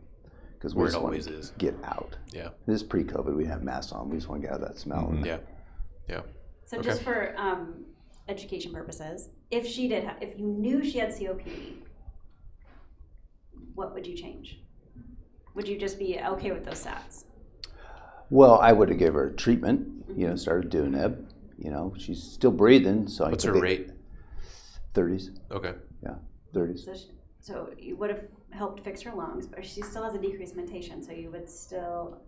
Because we Where it just want always to is. get out. Yeah. This is pre-COVID. We have masks on. We just want to get out of that smell. Yeah. Yeah. So just for um, education purposes, if she did, ha- if you knew she had COPD, what would you change? Would you just be okay with those sats? Well, I would have gave her treatment. You know, started doing it. You know, she's still breathing. So What's I her rate? Thirties. Okay. Yeah, thirties. So, she, so you would have helped fix her lungs, but she still has a decreased mentation, so you would still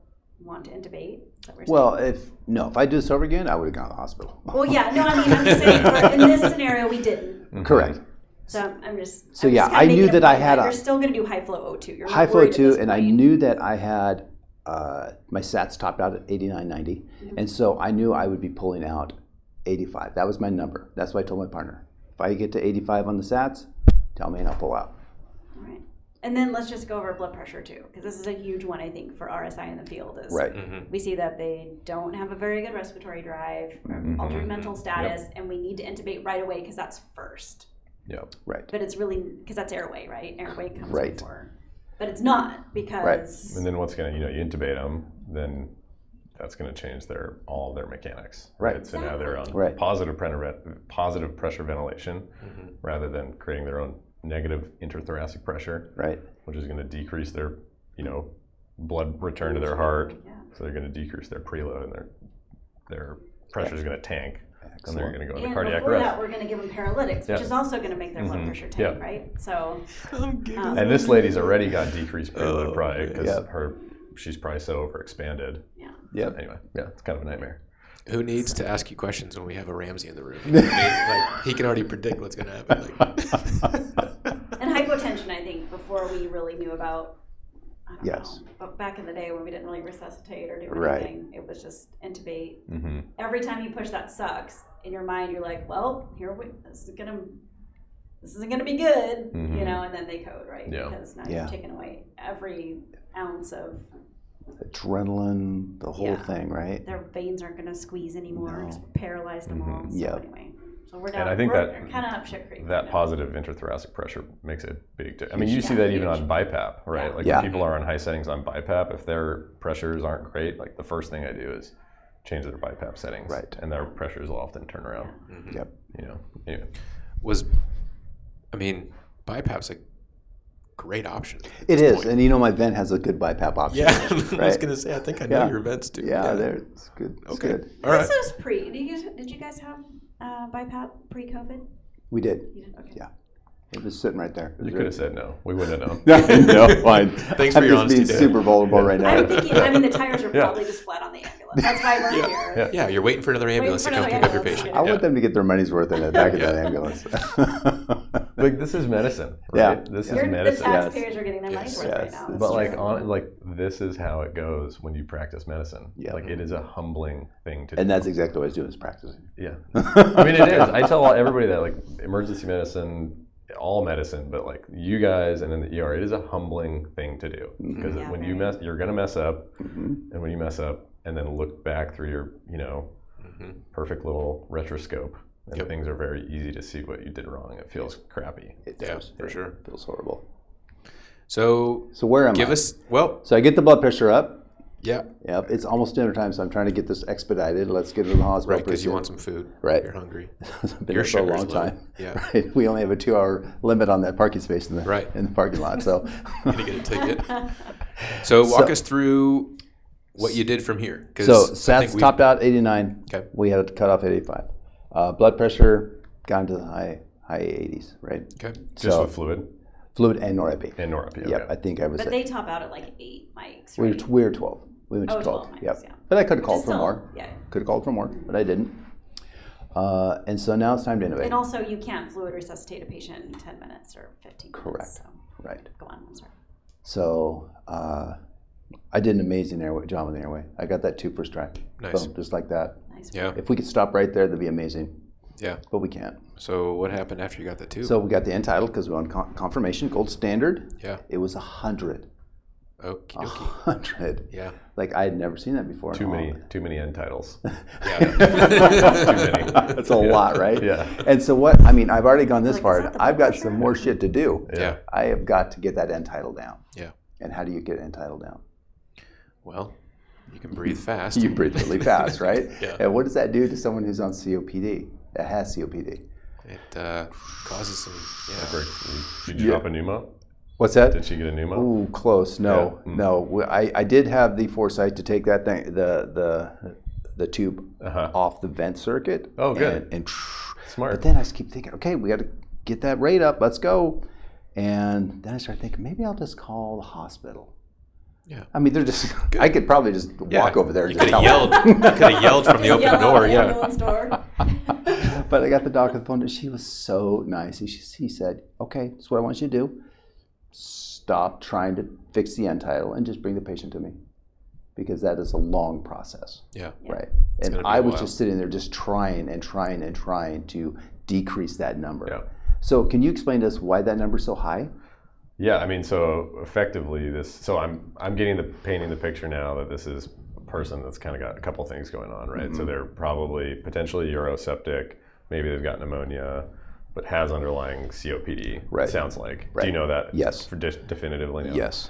want to intubate. Is that what you're Well, if no, if I do this over again, I would have gone to the hospital. saying? well, yeah, no, I mean, I'm just saying, for, in this scenario, we didn't. Correct. So I'm- I'm just. So I'm yeah, just kinda I knew making that I point had a- You're still going to do high flow O2. You're not High flow worried at two, this and I point. knew that I had uh, my Sats topped out at eighty nine ninety, and so I knew I would be pulling out eighty five. That was my number. That's why I told my partner, if I get to eighty five on the Sats, tell me and I'll pull out. All right. And then let's just go over blood pressure too, because this is a huge one I think for RSI in the field. Is Right. Mm-hmm. we see that they don't have a very good respiratory drive, or Mm-hmm. altered mental status, and we need to intubate right away because that's first. Yep. Right. But it's really because that's airway, right? Airway comes Right. before. But it's not because And then what's gonna, you know, you intubate them, then that's gonna change their all their mechanics. Right. So now they're on Right. positive pressure, positive pressure ventilation, Mhm. rather than creating their own negative interthoracic pressure, Right. which is gonna decrease their, you know, blood return to their heart. yeah. So they're gonna decrease their preload and their their pressure is gonna tank, and they're Excellent. gonna go into And cardiac before that, arrest. we're going to give them paralytics, which Yeah. is also going to make their blood Mhm. pressure tank, Yeah. right? So, um, And this lady's already got decreased preload Oh, probably because yeah. her she's probably so overexpanded. yeah. Yep. Anyway, yeah, it's kind of a nightmare. Who needs to ask you questions when we have a Ramsey in the room? You know what I mean? like he can already predict what's gonna happen. Like, And hypotension, I think, before we really knew about. I don't Yes. Know, but back in the day when we didn't really resuscitate or do anything, Right. it was just intubate. Mm-hmm. Every time you push that sucks. In your mind, you're like, well, here we, this is gonna, this isn't gonna be good, Mhm. you know. And then they code, right? Yeah. Because now Yeah. you've taken away every ounce of Adrenaline, the whole Yeah. thing, right? their veins aren't gonna squeeze anymore. No. It's paralyzed them all. Mhm. So Yep. anyway, so we're down. And I think we're that- kind of up shit creek. That right now. positive interthoracic pressure makes a big difference. I mean, Huge. you see that even on BiPAP, right? Yeah. Like Yeah. when people are on high settings on BiPAP, if their pressures aren't great, like the first thing I do is change their BiPAP settings, Right. And their pressures will often turn around. Mm-hmm. Mhm. Yep. You know, anyway. Was, I mean, BiPAP's a great option. at It this is, point. and you know my vent has a good BiPAP option. yeah, I was Right. gonna say. I think I know Yeah. your events too. yeah, there, it's good. It's Okay. good. All right. This is pre. Did you, did you guys have uh, BiPAP pre-COVID? We did. You did? Okay. Yeah. It was sitting right there. You could have said no. We wouldn't have known. Yeah, I know. Fine. Thanks for I'm your just being honesty, Dan. super vulnerable right I now. would think. You, I mean, the tires are Yeah. probably just flat on the ambulance. That's why we're Yeah. here. Yeah. Yeah, you're waiting for another ambulance for to come another pick up your ambulance to patient. I Yeah. want them to get their money's worth in the back of Yeah. that ambulance. Like this is medicine, Yeah. right? This You're- is the medicine. Yes. taxpayers are getting their money's Yes. worth right Yes. now. But, That's But like true. on like this is how it goes when you practice medicine. Yeah. Like it is a humbling thing to do. and that's exactly what I was doing is practicing. yeah. I mean, it is. I tell all- everybody that, like, emergency medicine, all medicine, but like you guys and in the ER, it is a humbling thing to do because Yeah, when you right. mess, you're gonna mess up, Mm-hmm. Mhm. and when you mess up, and then look back through your, you know, Mhm. perfect little retroscope, and Yep. things are very easy to see what you did wrong. It feels crappy. It Yeah, does. for sure. It feels horrible. So So where am give I? us well, so I get the blood pressure up. yeah, Yep, it's almost dinner time, so I'm trying to get this expedited. Let's get it to the hospital. right, because pretty you soon. want some food. Right. You're hungry. It's been Your there for a sugar's long low. time. Yeah. Right. We only have a two-hour limit on that parking space in the Right. in the parking lot. So, You get a ticket. So walk us through what you did from here. 'cause so I think Sats we- topped out 89. Okay. We had it cut off at 85. Uh, blood pressure got into the high high 80s. Right. Okay. Just So- with fluid Fluid and norepinephrine. and norepinephrine. Yep. I think I was. but at- they top out at like eight mics. we, were, Right? t- we were 12. We went to Oh, 12. 12 yep. mics, yeah. But I could have Which called is for still- more. Yeah. Could have called for more, but I didn't. Uh, and so now it's time to innovate. And also, you can't fluid resuscitate a patient in ten minutes or fifteen. Correct. Minutes, so right. go on. I'm sorry. So uh, I did an amazing airway, job on the airway. I got that two first try. Nice. Boom, just like that. Nice. Yeah. If we could stop right there, that'd be amazing. Yeah. But we can't. So what happened after you got the two? So we got the entitled because we won con- confirmation, gold standard. yeah. It was a hundred. Okie A dokie. hundred. Yeah. Like I had never seen that before. in Too all- many, too many end titles. Yeah. That's a lot, right? Yeah. And so what? I mean, I've already gone this Like, is far. that the I've got publisher? some more shit to do. yeah. I have got to get that entitled down. Yeah. And how do you get entitled down? Well, you can breathe fast. You breathe really fast, right? Yeah. And what does that do to someone who's on COPD that has COPD? It uh, causes some. Yeah. Did you drop a pneumo? What's that? Did she get a pneumo? Ooh, close. No, Yeah. Mm. no. We- I, I did have the foresight to take that thing, the the the tube Uh-huh. off the vent circuit. Oh, good. And, and Smart. but then I just keep thinking, okay, we got to get that rate up. Let's go. And then I started thinking, maybe I'll just call the hospital. Yeah. I mean, they're just. I could probably just walk over there and You just could tell have them. yelled. You could have yelled from the Yell open out door. the Yeah. ambulance door. but I got the doctor on the phone, and she was so nice. He, she said, "Okay, that's what I want you to do. Stop trying to fix the end title and just bring the patient to me, because that is a long process, Yeah. Yeah. right?" gonna And be I a was while. just sitting there, just trying and trying and trying to decrease that number. Yeah. So, can you explain to us why that number's so high? Yeah, I mean, so effectively, this. So I'm I'm getting the painting the picture now that this is a person that's kind of got a couple things going on, right? Mm-hmm. So they're probably potentially uroseptic, maybe they've got pneumonia, but has underlying COPD. it Right. sounds like. Do Right. you know that? Yes. For de- definitively. Now? Yes.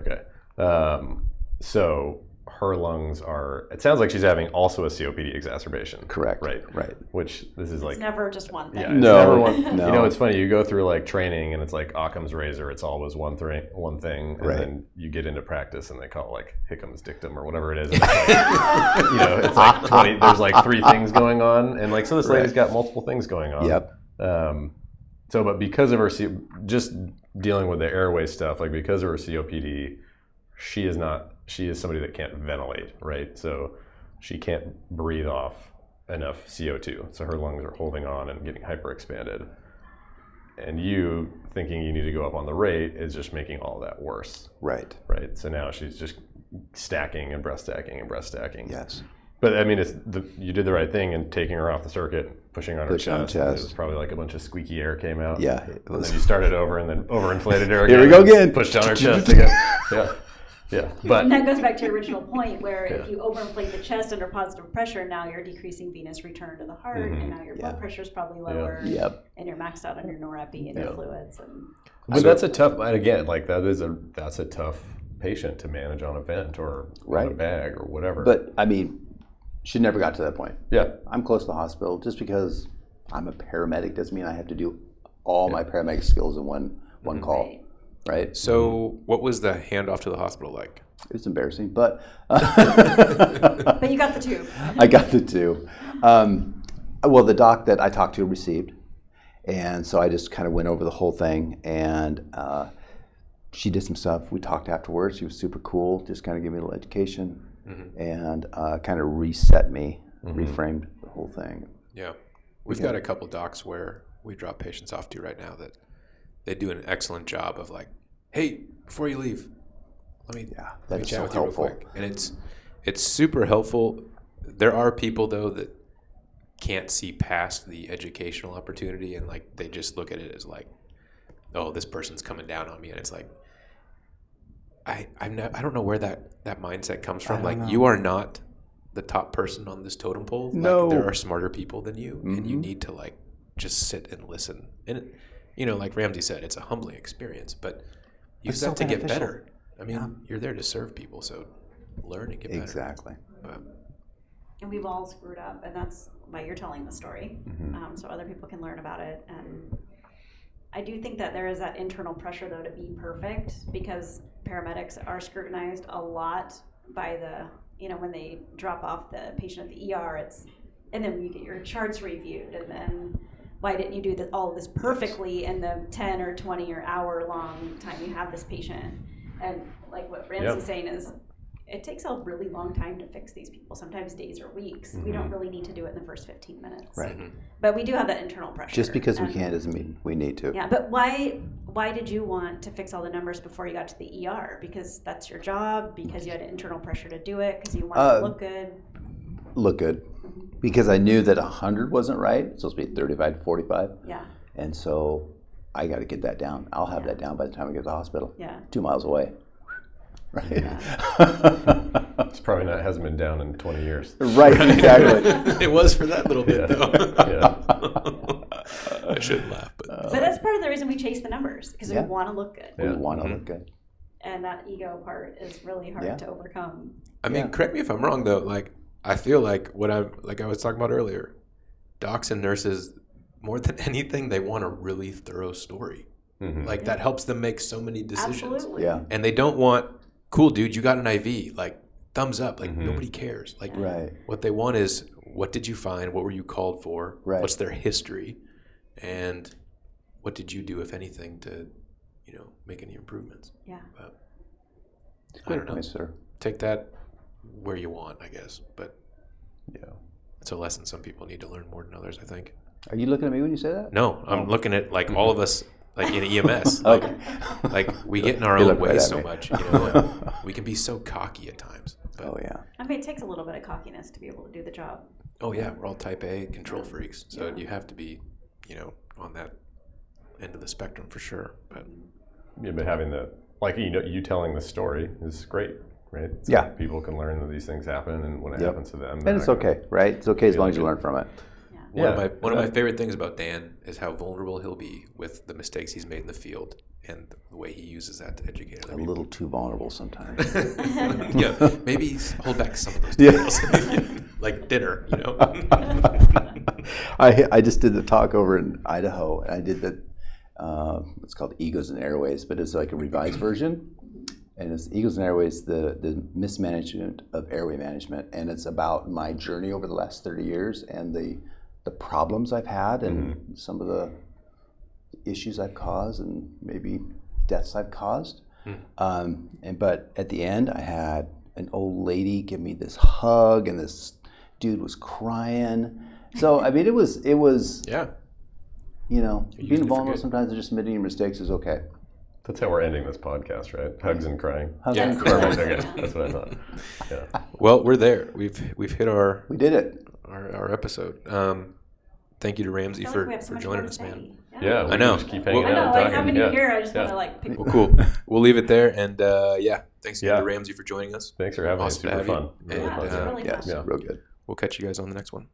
Okay. Um, so her lungs are. It sounds like she's having also a COPD exacerbation. Correct. Right. Right. Which this is like It's never just one thing. yeah, No, it's never one- no. You know, it's funny. You go through like training, and it's like Occam's razor. It's always one thing, one thing, and Right. then you get into practice, and they call it like Hickam's dictum or whatever it is. And it's like, you know, it's like twenty. There's like three things going on, and like so, this lady's got multiple things going on. Yep. Um, so, but because of her, C- just dealing with the airway stuff, like because of her COPD, she is not. She is somebody that can't ventilate, right? So she can't breathe off enough CO2. So her lungs are holding on and getting hyperexpanded. And you thinking you need to go up on the rate is just making all that worse, Right. right? So now she's just stacking and breast stacking and breast stacking. Yes. But I mean, it's the, you did the right thing in taking her off the circuit, pushing on Pushing her on chest. chest. It was probably like a bunch of squeaky air came out. Yeah, it And was. then you started over and then overinflated her. Here we go and again. Pushed on her chest again. Yeah, yeah. But and that goes back to your original point where if you overinflate the chest under positive pressure, now you're decreasing venous return to the heart, Mm-hmm. and now your blood Yeah. pressure is probably lower, Yep. and you're maxed out on your norepinephrine and your fluids. And But that's a tough. And again, like that is a that's a tough patient to manage on a vent or on a Right. bag or whatever. But I mean, she never got to that point. yeah, I'm close to the hospital just because I'm a paramedic doesn't mean I have to do all my paramedic skills in one one Mm-hmm. call, right? It's So, what was the handoff to the hospital like? embarrassing, but uh, but you got the tube. I got the two. Um, well, the doc that I talked to received, and so I just kind of went over the whole thing, and uh, she did some stuff. We talked afterwards. She was super cool. Just kind of gave me a little education, Mm-hmm. and uh, kind of reset me, reframed the whole thing. Yeah. We've got a couple docs where we drop patients off to right now that they do an excellent job of like, hey, before you leave, let me, Yeah, let me that's chat so with helpful. you real quick. And it's it's super helpful. There are people though that can't see past the educational opportunity and like they just look at it as like, oh, this person's coming down on me, and it's like. I, I'm not, I don't know where that, that mindset comes from. Like, you are not the top person on this totem pole. No. Mm-hmm. Like, there are smarter people than you, and you need to, like, just sit and listen. And, it, you know, like Ramsey said, it's a humbling experience, but use so that to get beneficial. better. I mean, you're there to serve people, so learn and get better. Exactly. But And we've all screwed up, and that's why you're telling the Mm-hmm. story, um, so other people can learn about it. And I do think that there is that internal pressure, though, to be perfect because paramedics are scrutinized a lot by the, you know, when they drop off the patient at the ER, it's, and then you get your charts reviewed, and then why didn't you do the, all of this perfectly in the 10 or 20 or hour long time you have this patient? And like what Ramsey's Yep. saying is, it takes a really long time to fix these people, sometimes days or weeks. We don't really need to do it in the first 15 minutes. Right. But we do have that internal pressure. Just because we and- can doesn't mean we need to. Yeah, but why why did you want to fix all the numbers before you got to the ER? Because that's your job, because you had internal pressure to do it, because you wanted Uh, to look good. Look good. Because I knew that 100 wasn't right. It's supposed to be 35 to 45. Yeah. And so I got to get that down. I'll have that down by the time I get to the hospital. Yeah. Two miles away. Right. it's probably not hasn't been down in twenty years. right, exactly. it was for that little bit, though. Yeah, I shouldn't laugh, but But that's part of the reason we chase the numbers, because uh, Yeah. we want to look good. We Yeah. Mm-hmm. want to look good. And that ego part is really hard Yeah. to overcome. I mean, Yeah. correct me if I'm wrong though. Like, I feel like what I'm like I was talking about earlier. Docs and nurses, more than anything, they want a really thorough story. Mhm. Like that helps them make so many decisions, Absolutely. Yeah. and they don't want, cool dude, you got an IV, like thumbs up, like nobody cares. Like, Right. what they want is what did you find? What were you called for? Right. What's their history, and what did you do, if anything, to, you know, make any improvements? Yeah. I Good don't know. point, sir. Take that where you want, I guess, but. yeah. It's a lesson some people need to learn more than others, I think. Are you looking at me when you say that? No, I'm looking at like all of us, like in EMS, like, Okay. like we get in our You own look way right at so me. much. You know, and we can be so cocky at times. But, Oh, oh. yeah. I mean, it takes a little bit of cockiness to be able to do the job. yeah, we're all Type A control freaks, so you have to be, you know, on that end of the spectrum for sure. But Yeah, but having the like you know you telling the story is great, right? So Yeah. people can learn that these things happen, and when it Yep. happens to them, And it's okay, right? It's okay as long as you learn from it. one of Yeah, my one of my exactly. favorite things about Dan is how vulnerable he'll be with the mistakes he's made in the field and the way he uses that to educate A other people. little too vulnerable sometimes. yeah, maybe s- hold back some of those Yeah. details, like dinner, you know. I, I just did the talk over in Idaho, and I did the uh, it's called Egos and Airways, but it's like a revised version. And it's Egos and Airways, the the mismanagement of airway management, and it's about my journey over the last thirty years and the the problems I've had and some of the issues I've caused and maybe deaths I've caused. Um, and but at the end, I had an old lady give me this hug, and this dude was crying. So I mean, it was it was Yeah. you know used being it for vulnerable good. sometimes and just admitting your mistakes is okay. That's how we're ending this podcast, right? Hugs and crying. How's Yeah. that? Perfect. Okay, that's what I thought. Yeah. Well, we're there. We've we've hit our We did it. our, our episode. Um, thank you to Ramsey I feel like for, we have so for much joining more us, to man. say. Yeah, we I can know. Just keep hanging Well, I Yeah, know, out, like and how talking. many Yeah. here? I just want Yeah. to like pick. Well, cool. we'll leave it there, and uh, yeah, thanks again Yeah. to Ramsey for joining us. Thanks for having Awesome to me. Super have you. fun. Really And, fun. It's uh, really Yes, fun. Yeah. real good. We'll catch you guys on the next one.